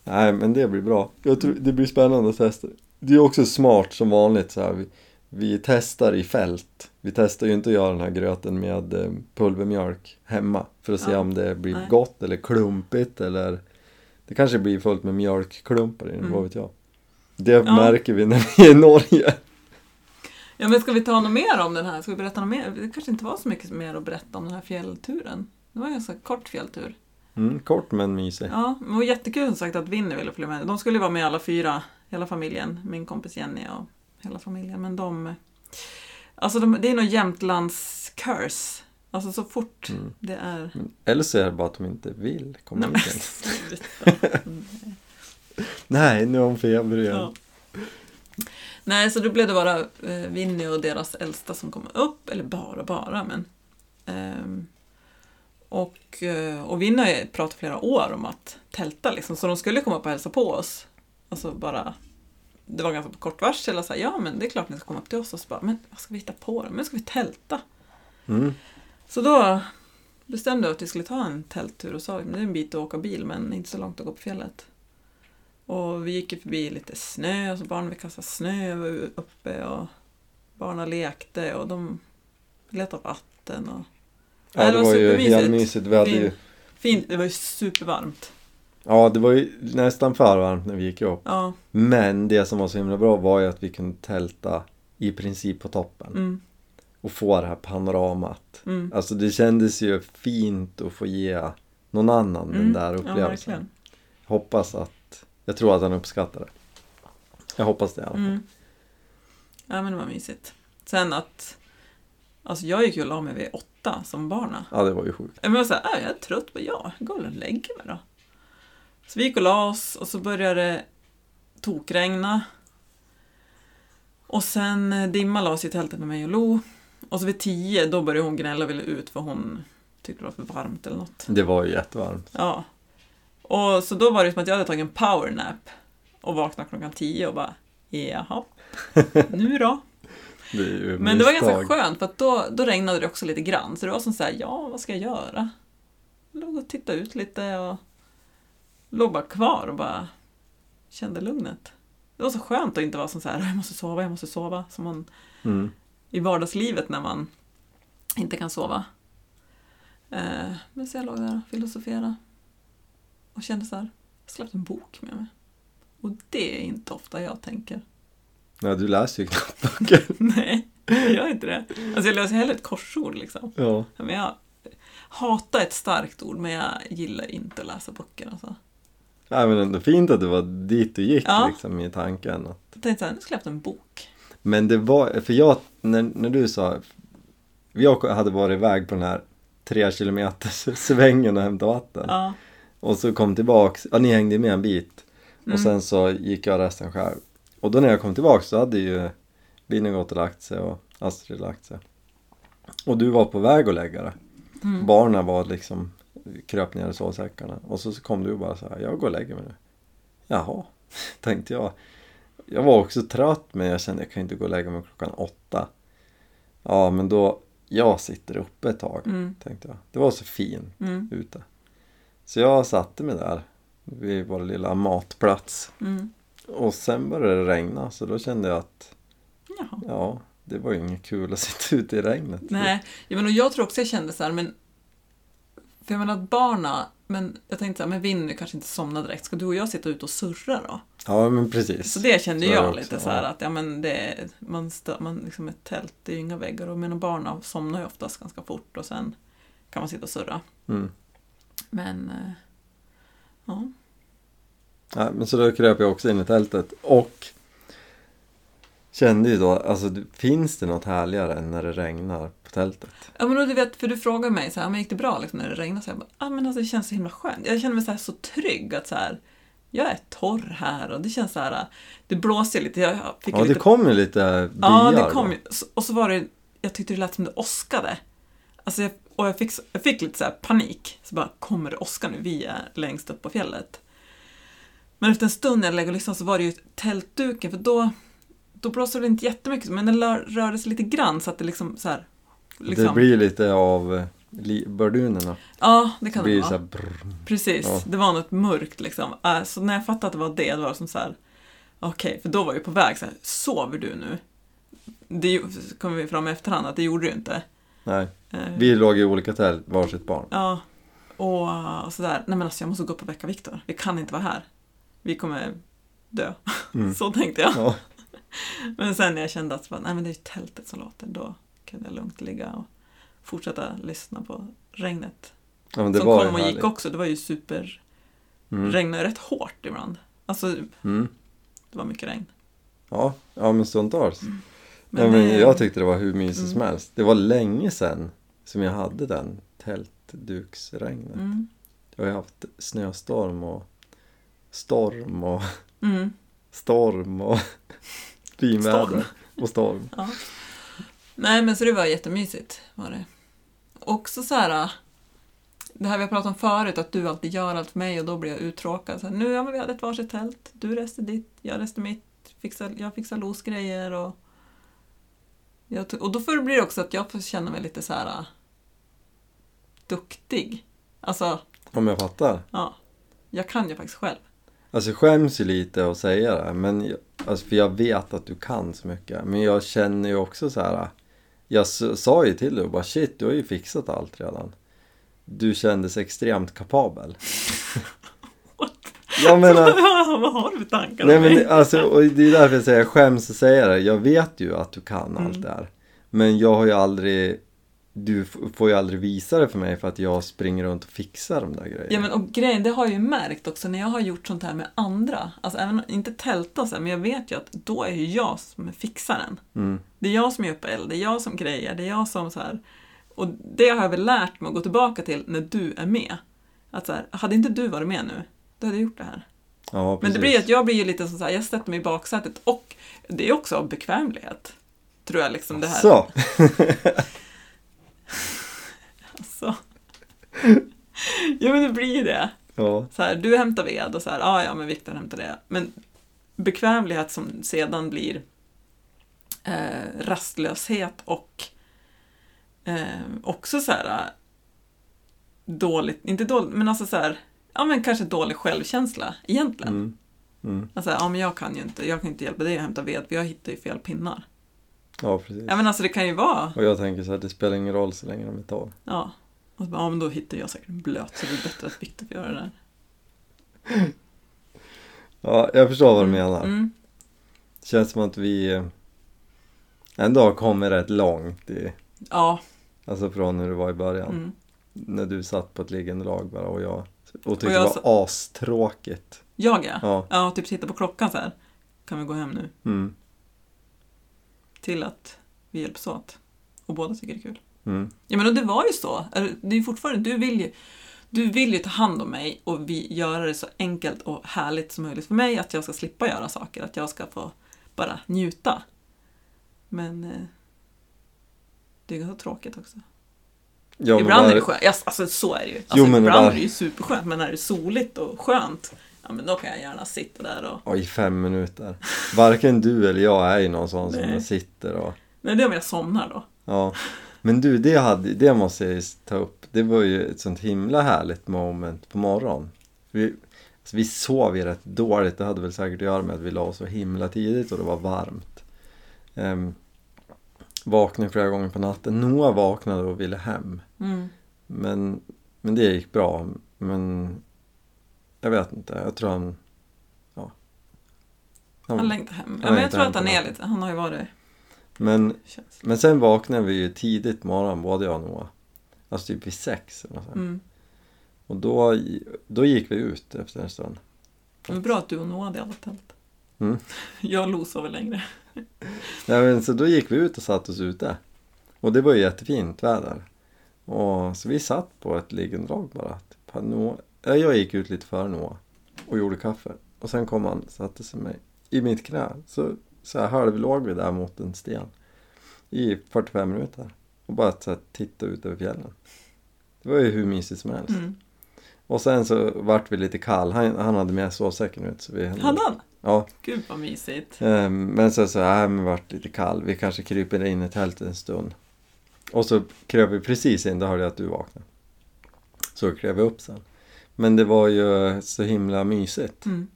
A: Nej, men det blir bra. Jag tror, det blir spännande att testa. Det är också smart som vanligt så här. Vi, vi testar i fält. Vi testar ju inte att göra den här gröten med eh, pulvermjölk hemma för att se
B: Ja,
A: om det blir
B: nej.
A: gott eller klumpigt eller det kanske blir fullt med mjölkklumpar i den,
B: Mm.
A: vad vet jag. Det märker vi när vi är i Norge.
B: Ja men ska vi ta något mer om den här? Ska vi berätta något mer? Det kanske inte var så mycket mer att berätta om den här fjällturen. Det var ju en så kort fjälltur.
A: Mm, kort men mysig.
B: Ja, men det var jättekul som sagt att Winnie ville följa med. De skulle ju vara med alla fyra, hela familjen. Min kompis Jenny och hela familjen. Men de... Alltså de, det är nog Jämtlands curse. Alltså så fort
A: Mm.
B: det är...
A: Men Elsie är det bara att de inte vill komma
B: Nej
A: hit
B: men
A: än.
B: sluta.
A: Nej, nu har hon feber igen.
B: Ja. Nej, så då blev det bara eh, Winnie och deras äldsta som kom upp. Eller bara, bara, men... ehm, och, eh, och Winnie har ju pratat flera år om att tälta liksom, så de skulle komma upp och hälsa på oss. Alltså bara... Det var ganska på kort varsel och så här, ja men det är klart ni ska komma upp till oss. Och så bara, men vad ska vi hitta på då? Men ska vi tälta?
A: Mm.
B: Så då bestämde jag att vi skulle ta en tälttur och sa att det är en bit att åka bil men inte så långt att gå på fjället. Och vi gick ju förbi lite snö, så barnen ville kasta snö över- uppe och barnen lekte och de letade vatten. Och...
A: Ja, det, var ju helt mysigt. Vi hade ju,
B: Fint, det var ju supervarmt.
A: ja, det var ju nästan för varmt när vi gick upp.
B: Ja,
A: Men det som var så himla bra var ju att vi kunde tälta i princip på toppen
B: mm,
A: och få det här panoramat.
B: mm.
A: Alltså det kändes ju fint att få ge någon annan den
B: Mm,
A: där
B: Ja,
A: upplevelsen.
B: verkligen.
A: hoppas att, jag tror att han uppskattar det. Jag hoppas det i alla fall.
B: Mm. Ja, men det var mysigt. Sen att... Alltså jag gick ju och la mig vid åtta som barna.
A: Ja, det var ju sjukt.
B: Men jag var så här, "Äh, jag är trött, men ja, gå och lägg mig då. Så vi gick och la oss och så började det tokregna. Och sen eh, dimma la sig i tältet med mig och Lo. Och så vid tio, då började hon gnälla och ville ut för hon tyckte det var för varmt eller något.
A: Det var ju jättevarmt.
B: Ja. Och så då var det som att jag hade tagit en powernap och vaknade klockan tio och bara, jaha, nu då?
A: Det är ju
B: Men det var
A: misstag.
B: ganska skönt för att då, då regnade det också lite grann så det var som så här, ja vad ska jag göra? Låg och tittade ut lite och låg bara kvar och bara kände lugnet. Det var så skönt att inte vara som så här, jag måste sova, jag måste sova, som man
A: Mm.
B: i vardagslivet när man inte kan sova. Eh, men så jag låg där och filosoferade och kände så här, jag släppte en bok med mig. Och det är inte ofta jag tänker.
A: Ja, du läser ju knappt böcker.
B: Nej, jag gör inte det. Alltså jag löser hellre ett korsord liksom.
A: Ja.
B: Ja, Men jag hatar ett starkt ord, men jag gillar inte att läsa böcker. Alltså.
A: Nej, men ändå fint att det var dit du gick
B: Ja.
A: liksom i tanken.
B: Jag tänkte såhär, nu ska jag öppna en bok.
A: Men det var, för jag, när, när du sa, jag hade varit iväg på den här tre kilometers svängen och hämtat vatten.
B: Ja.
A: Och så kom tillbaks, ja ni hängde med en bit.
B: Mm.
A: Och sen så gick jag resten själv. Och då när jag kom tillbaks så hade ju Linne gått och lagt sig och Astrid lagt sig. Och du var på väg att lägga det.
B: Mm.
A: Barnen var liksom, kröp ner i sovsäckarna. Och så så kom du och bara så här, jag går och lägger mig nu. Jaha, tänkte jag. Jag var också trött men jag kände jag kan inte gå och lägga mig klockan åtta. Ja men då, jag sitter uppe ett tag
B: Mm.
A: tänkte jag. Det var så fint
B: Mm.
A: ute. Så jag satte mig där vid vår lilla matplats.
B: Mm.
A: Och sen började det regna så då kände jag att
B: Jaha.
A: ja, det var ju inget kul att sitta ute i regnet.
B: Nej, jag, menar, jag tror också jag kände så här, men För jag menar att barna, men jag tänkte så här, men Vinny kanske inte somnar direkt. Ska du och jag sitta ute och surra då?
A: Ja, men precis.
B: Så det
A: Så
B: kände
A: är det
B: jag
A: också,
B: lite så här
A: ja.
B: att ja, men det, man, stö, man liksom ett tält, det är ju inga väggar och mina barn somnar ju oftast ganska fort och sen kan man sitta och surra.
A: Mm.
B: Men eh, ja,
A: Ja, men så då kröp jag också in i tältet och kände ju då, alltså du- finns det något härligare än när det regnar på tältet?
B: Ja men och du vet, för du frågar mig så här, men gick det bra liksom, när det regnade? Så jag bara, ja men alltså det känns så himla skönt. Jag känner mig så här så trygg att så här, jag är torr här och det känns så här, det blåser ju lite. Jag fick
A: Ja,
B: lite...
A: det kom ju lite biar.
B: ja, det kom
A: då.
B: ju. Så- Och så var det, jag tyckte det lät som det åskade. Alltså jag, och jag fick, så- jag fick lite så här panik. Så bara, kommer det åska nu? Vi är längst upp på fjället. Men efter en stund när jag låg och lyssnade så var det ju tältduken, för då, då blåste det inte jättemycket, men den lör, rörde sig lite grann så att det liksom så här, liksom,
A: Det blir ju lite av eh, li- bardunerna.
B: ja, det kan
A: Det blir ju
B: vara.
A: så här brr.
B: Precis,
A: Ja.
B: det var något mörkt liksom. Äh, Så när jag fattade att det var det, det var som så här. okej, för då var jag på väg så här, sover du nu? Det ju- kom vi fram i efterhand att det gjorde du inte.
A: Nej,
B: Eh,
A: vi låg i olika tält, varsitt barn.
B: Ja, och, och sådär, nej men alltså jag måste gå upp och väcka Viktor, vi kan inte vara här. Vi kommer dö.
A: Mm.
B: Så tänkte jag.
A: Ja.
B: Men sen när jag kände att bara, nej men det är ju tältet som låter, då kunde jag lugnt ligga och fortsätta lyssna på regnet.
A: ja, men det
B: som
A: var
B: kom och
A: ju
B: gick
A: härligt.
B: också, det var ju super,
A: Mm.
B: regnade rätt hårt ibland. Alltså
A: Mm.
B: Det var mycket regn.
A: Ja, ja, men stundtals. Men,
B: det-
A: men jag tyckte det var hur mysigt
B: eh, Mm.
A: som helst. Det var länge sedan som jag hade den tältduksregnet.
B: Mm.
A: Jag har ju haft snöstorm och storm och
B: Mm.
A: storm och
B: Storm.
A: finväder och storm.
B: Ja. Nej, men så det var jättemysigt. Var det. Också så här... äh, Det här vi har pratat om förut, att du alltid gör allt för mig och då blir jag uttråkad. Så här, nu, ja men vi hade ett varsitt tält. Du reste ditt, jag reste mitt. Fixar, jag fixar losgrejer och... Jag tog, och då får det bli också att jag får känna mig lite så här... äh, Duktig. Alltså,
A: Om jag fattar.
B: ja. Jag kan ju faktiskt själv.
A: Alltså jag skäms ju lite att säga det. Men jag, alltså för jag vet att du kan så mycket. Men jag känner ju också så här. Jag s- sa ju till dig och bara shit, du har ju fixat allt redan. Du kändes extremt kapabel.
B: What?
A: Jag menar,
B: Vad har du för tankar om
A: Nej men
B: mig?
A: det- alltså, och det är därför jag säger jag skäms att säga det. Jag vet ju att du kan
B: Mm.
A: allt det här. Men jag har ju aldrig, du f- får ju aldrig visa det för mig för att jag springer runt och fixar de där grejerna.
B: Ja men och grejen, det har jag ju märkt också när jag har gjort sånt här med andra. Alltså även, inte tälta och så här, men jag vet ju att då är ju jag som är fixaren.
A: mm.
B: Det är jag som gör upp eld, det är jag som grejer, det är jag som så här. Och det har jag väl lärt mig att gå tillbaka till när du är med. Att så här, hade inte du varit med nu, då hade jag gjort det här.
A: ja,
B: Men
A: precis.
B: det blir ju att jag blir ju lite som så här, jag sätter mig i baksätet och det är också av bekvämlighet. Tror jag liksom det här.
A: Så,
B: Alltså. ja men det blir ju det.
A: ja.
B: Så här, du hämtar ved och så här, ah, ja men Viktor hämtar det. Men bekvämlighet som sedan blir eh, rastlöshet och eh, också så här eh, dåligt, inte dåligt, men alltså så här, ja men kanske dålig självkänsla egentligen.
A: Mm. Mm.
B: Alltså, ja men jag kan ju inte, jag kan inte hjälpa dig att hämta ved för jag hittar ju fel pinnar.
A: ja, precis.
B: Ja men alltså det kan ju vara,
A: Och jag tänker så här, det spelar ingen roll så länge de är torr.
B: ja. Och så bara, ja men då hittar jag säkert en blöt så det är bättre att Viktor får göra det där.
A: Ja, jag förstår vad du menar.
B: Mm.
A: Känns som att vi eh, ändå har kommit rätt långt i,
B: Ja.
A: alltså från hur det var i början.
B: Mm.
A: När du satt på ett liggande lag bara och jag och tyckte
B: Och jag
A: det var astråkigt.
B: Jag ja.
A: Ja.
B: Ja, och typ titta på klockan så här. Kan vi gå hem nu?
A: Mm.
B: Till att vi hjälps åt. Och båda tycker det är kul.
A: Mm.
B: Ja, men och det var ju så. Eller, Det är ju fortfarande, du vill ju, du vill ju ta hand om mig och vi göra det så enkelt och härligt som möjligt för mig. Att jag ska slippa göra saker, att jag ska få bara njuta. Men eh, det är ganska tråkigt också.
A: Ja, men
B: ibland
A: bara-
B: är det skönt. Ja, Alltså så är det ju.
A: men
B: Alltså, ibland
A: bara-
B: är det ju superskönt, men när det är soligt och skönt, ja men då kan jag gärna sitta där och
A: Ja, i fem minuter. Varken du eller jag är ju någon sån som
B: Nej.
A: sitter och...
B: Nej, det är om jag somnar då.
A: Ja. Men du, det, hade, det måste jag ju ta upp. Det var ju ett sånt himla härligt moment på morgonen. Vi, alltså, vi sov ju rätt dåligt. Det hade väl säkert att göra med att vi la oss så himla tidigt och det var varmt. Um, vaknade flera gånger på natten. Noah vaknade och ville hem.
B: Mm.
A: Men Men det gick bra. Men jag vet inte. Jag tror han... Ja. Han-
B: Han längtar hem. Ja,
A: han
B: men jag
A: längtar
B: tror
A: hem
B: att han
A: på
B: är
A: natten.
B: lite, han har ju varit
A: men,
B: känns.
A: men sen vaknade vi ju tidigt morgon, både jag och Noah. Alltså typ vid sex. Eller nåt sånt.
B: Mm.
A: Och då, då gick vi ut efter en stund.
B: Det var bra att du och Noah delade tält.
A: Mm.
B: Jag losade väl längre.
A: Nej, men, så då gick vi ut och satte oss ute. Och det var ju jättefint väder. Och, så vi satt på ett liggunderlag bara. Typ, hade Noah, ja, jag gick ut lite före Noah och gjorde kaffe. Och sen kom han och satte sig mig i mitt knä. Så, så här halvlåg vi där mot en sten i 45 minuter. Och bara så här, tittade ut över fjällen. Det var ju hur mysigt som helst.
B: Mm.
A: Och sen så vart vi lite kall. Han, han hade med sovsäcken ut. Så vi,
B: Hade han?
A: Ja.
B: Gud vad mysigt.
A: Ehm, Men sen så, nej men vart lite kall, vi kanske kryper in i tältet en stund. Och så kröp vi precis in, då hörde jag att du vaknade. Så klev vi upp sen. Men det var ju så himla mysigt.
B: Mm.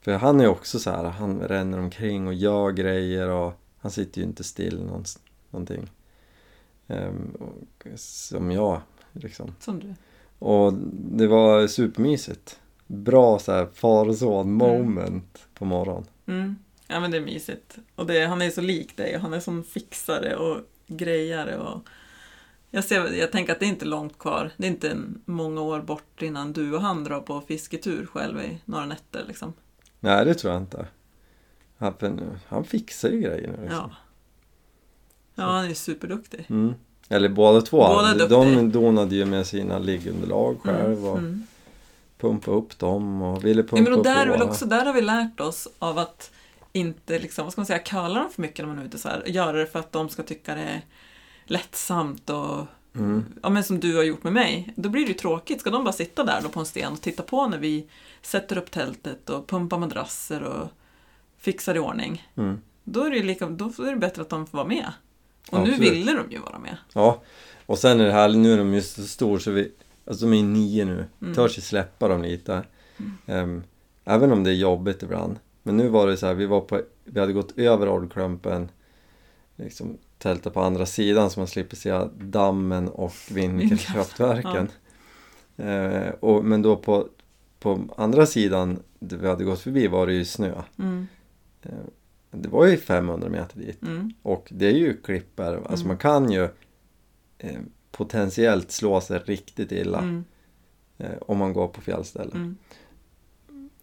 A: För han är också så här, han ränner omkring och gör grejer och han sitter ju inte still någons- någonting. Ehm, och, som jag, liksom.
B: Som du.
A: Och det var supermysigt. Bra så här far och son moment på morgonen.
B: Mm. Ja men det är mysigt. Och det, han är så lik dig och han är som fixare och grejare. Och jag, ser, jag tänker att det är inte långt kvar. Det är inte många år bort innan du och han drar på fisketur själv i några nätter. Liksom.
A: Nej, det tror jag inte. Han, men han fixar ju grejer nu liksom.
B: Ja. ja, han är ju superduktig.
A: Mm. Eller båda två.
B: Båda är
A: de
B: duktiga.
A: donade ju med sina liggunderlag själv och
B: Mm.
A: pumpade upp dem och ville pumpa
B: Ja, men och
A: upp
B: där, är väl
A: våra.
B: också, där har vi lärt oss av att inte liksom, vad ska man säga, curla dem för mycket när man är ute så här. Göra det för att de ska tycka det är lättsamt och
A: Mm.
B: ja, men som du har gjort med mig. Då blir det ju tråkigt. Ska de bara sitta där då på en sten och titta på när vi sätter upp tältet och pumpar madrasser och fixar i ordning?
A: Mm.
B: Då är det ju lika, då är det bättre att de får vara med. Och nu
A: Absolut.
B: ville de ju vara med.
A: Ja, och sen är det här, nu är de ju så stor så vi, alltså de är nio nu, törs ju släppa dem lite. Ehm, även om det är jobbigt ibland. Men nu var det så här, vi var på, vi hade gått över Orrklumpen, liksom tältat på andra sidan så man slipper se dammen och vindkraftverken. Ehm, och, men då på, på andra sidan, där vi hade gått förbi, var det ju snö.
B: Mm,
A: Ehm, det var ju 500 meter dit.
B: mm,
A: Och det är ju klippor, alltså man kan ju eh, potentiellt slå sig riktigt illa
B: mm,
A: eh, om man går på fel ställe.
B: mm.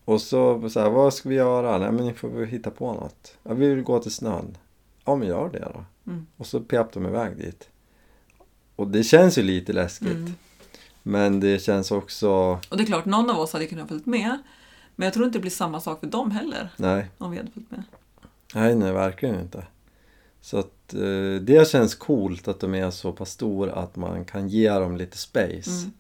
A: Och så, så här, vad ska vi göra? Nej men ni får väl hitta på något. Ja, vi vill gå till snön. Ja men gör det då.
B: Mm.
A: Och så pep de iväg dit. Och det känns ju lite läskigt.
B: Mm.
A: Men det känns också,
B: Och det är klart, någon av oss hade kunnat följt med. Men jag tror inte det blir samma sak för dem heller,
A: nej,
B: om vi hade följt med.
A: nej, nej verkligen inte. Så att eh, det känns coolt att de är så pass stora att man kan ge dem lite space.
B: Mm.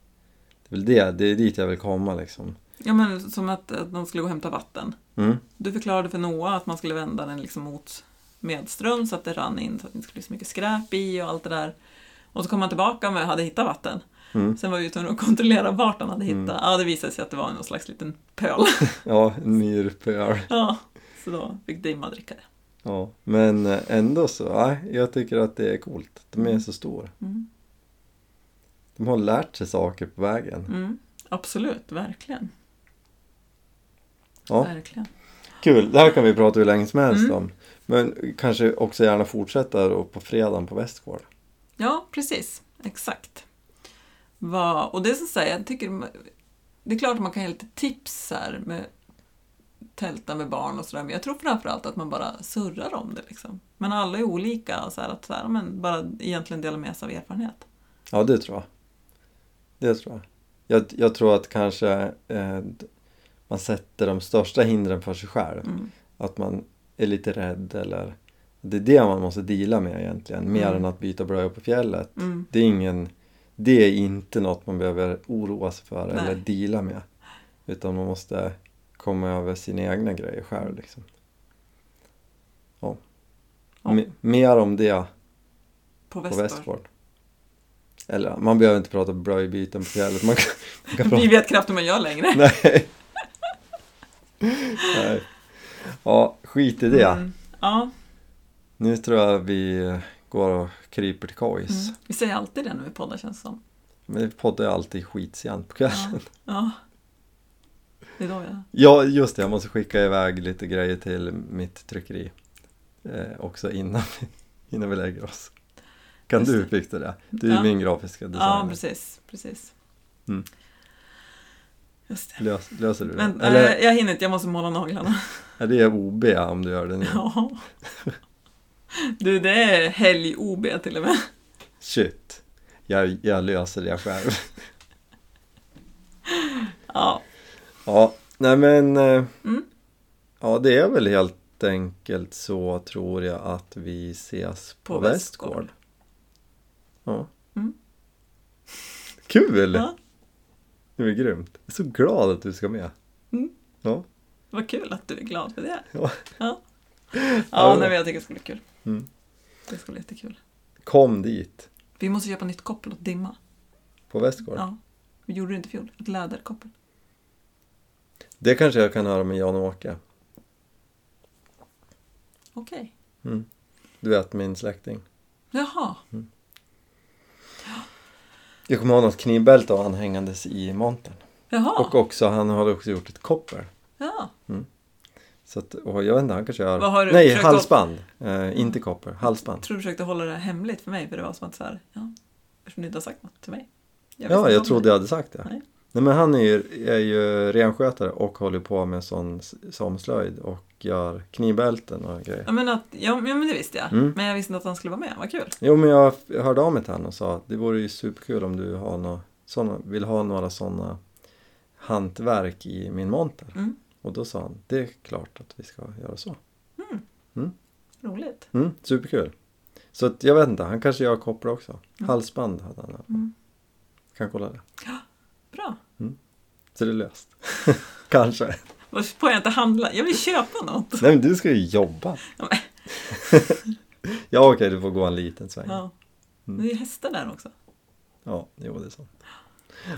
A: Det är väl det, det är dit jag vill komma liksom.
B: Ja, men som att, att de skulle gå och hämta vatten.
A: Mm.
B: Du förklarade för Noah att man skulle vända den liksom mot medström så att det rann in så att det inte skulle bli så mycket skräp i och allt det där. Och så kom han tillbaka med hade hittat vatten.
A: Mm.
B: Sen var vi tvungna att kontrollera vart han hade hittat. Ja, det visade sig att det var någon slags liten pöl.
A: Ja, en myrpöl.
B: ja, så då fick Dimma dricka det.
A: Ja, men ändå så, nej, jag tycker att det är coolt. De är så stora.
B: Mm.
A: De har lärt sig saker på vägen.
B: Mm. Absolut, verkligen.
A: Ja,
B: verkligen.
A: kul. Det här kan vi prata hur länge som helst
B: Mm.
A: om. Men kanske också gärna fortsätta då på fredagen på Västgård.
B: Ja, precis. Exakt. Va, och det som säger, jag tycker ma- det är klart att man kan ge lite tips så här med tälta med barn och sådär, men jag tror framförallt att man bara surrar om det liksom. Men alla är olika och så här, att så här, men bara egentligen dela med sig av erfarenhet.
A: Ja, det tror jag. Det tror jag. Jag, jag tror att kanske eh, d- man sätter de största hindren för sig själv.
B: Mm.
A: Att man är lite rädd eller... Det är det man måste deala med egentligen, mer
B: Mm.
A: än att byta blöja på fjället.
B: Mm.
A: Det är, ingen, det är inte något man behöver oroa sig för
B: Nej.
A: eller deala med. Utan man måste komma över sina egna grejer själv. Liksom. Ja.
B: Ja.
A: Me- Mer om det
B: På
A: på
B: Västgård.
A: Västgård. Eller man behöver inte prata blöjbyten på fjället. Man kan, man kan
B: Vi
A: prata...
B: vet knappt hur man gör längre.
A: Nej. Nej. Ja, skit i det.
B: Mm. Ja,
A: Nu tror jag vi går och kryper till kojs.
B: mm. vi säger alltid det när vi poddar känns det som.
A: Men vi poddar ju alltid skitsent på kvällen.
B: Ja. Det är då jag...
A: Ja, just det. Jag måste skicka iväg lite grejer till mitt tryckeri. Eh, också innan vi, innan vi lägger oss. Kan
B: Just
A: du
B: det.
A: fixa det? Du är
B: Ja.
A: min grafiska designer.
B: Ja, precis. precis.
A: Mm.
B: Just det.
A: Lös, löser du det?
B: Men
A: Eller
B: eh, jag hinner inte, jag måste måla naglarna.
A: är det OB om du gör det nu?
B: Ja. Du, det är helg-OB till och med.
A: Shit! Jag, jag löser det själv.
B: Ja,
A: Ja, nej men... eh,
B: Mm.
A: Ja, det är väl helt enkelt så tror jag att vi ses på,
B: På
A: Västgård.
B: Västgård.
A: Ja.
B: Mm.
A: Kul!
B: Ja.
A: Det är grymt. Jag är så glad att du ska med.
B: Mm.
A: Ja.
B: vad kul att du är glad för det.
A: Ja.
B: Ja,
A: Ja.
B: ja nej, men jag tycker det ska bli kul.
A: Mm.
B: Det ska bli jättekul.
A: Kom dit,
B: Vi måste köpa nytt koppel åt Dimma.
A: på Västgård.
B: Ja. Vi gjorde det inte i fjol. Ett läderkoppel.
A: Det kanske jag kan höra med Jan-Åke.
B: Okej.
A: Mm. Du vet, min släkting.
B: Jaha.
A: Jag kommer ha något knivbälte av han hängandes i montern.
B: Jaha.
A: Och också, han har också gjort ett koppel.
B: Ja.
A: Så att, och jag vet inte, han kanske gör...
B: Vad har du
A: Nej,
B: försökt
A: halsband! Eh, inte koppel, halsband.
B: Jag tror du försökte hålla det här hemligt för mig för det var som att så här, ja, eftersom du inte har sagt något till mig. visste
A: ja,
B: inte om
A: jag trodde
B: det.
A: jag hade sagt det.
B: Nej.
A: Nej, men han är ju, är ju renskötare och håller på med sån s- sameslöjd och gör knivbälten och grejer.
B: Ja men, att, ja, men- ja, men det visste jag.
A: Mm.
B: Men jag visste inte att han skulle vara med, vad kul.
A: Jo, men jag f- hörde av mig till honom och sa att det vore ju superkul om du har nå, såna, vill ha några sådana hantverk i min monter.
B: Mm.
A: Och då sa han, det är klart att vi ska göra så.
B: Roligt.
A: Mm, superkul. Så att, jag vet inte, han kanske gör koppel också.
B: Mm.
A: Halsband hade han i alla fall.
B: Mm.
A: Kan kolla det.
B: Bra.
A: Så det är löst. kanske.
B: Varför får jag inte handla? Jag vill köpa något.
A: Nej men du ska ju jobba.
B: Ja, men-
A: ja okej, du får gå en liten sväng. Ja,
B: Ja.
A: Mm.
B: Det är hästar där också.
A: jo det är sant.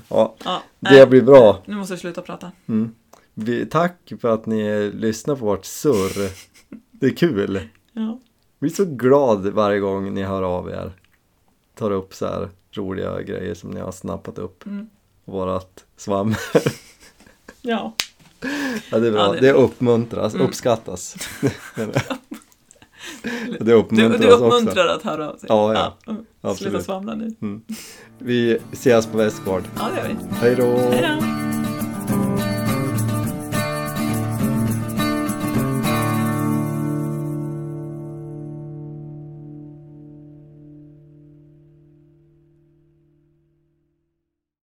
A: Ja,
B: Ja,
A: det
B: nej,
A: blir bra.
B: nu måste vi sluta prata.
A: Mm. Vi, tack för att ni lyssnar på vårt surr. Det är kul.
B: Ja.
A: Vi är så glad varje gång ni hör av er. Tar upp så här roliga grejer som ni har snappat upp.
B: Mm.
A: Vårat svam.
B: Ja.
A: Ja, det är bra.
B: Ja,
A: det...
B: det-
A: uppmuntras,
B: Mm.
A: uppskattas. det uppmuntras
B: Du, du
A: också.
B: uppmuntrar att höra av sig.
A: Ja, ja.
B: mm.
A: Absolut.
B: Sluta svamla nu.
A: Vi ses på Västgård. Mm.
B: Ja, det gör vi.
A: Hej då!
B: Hej då.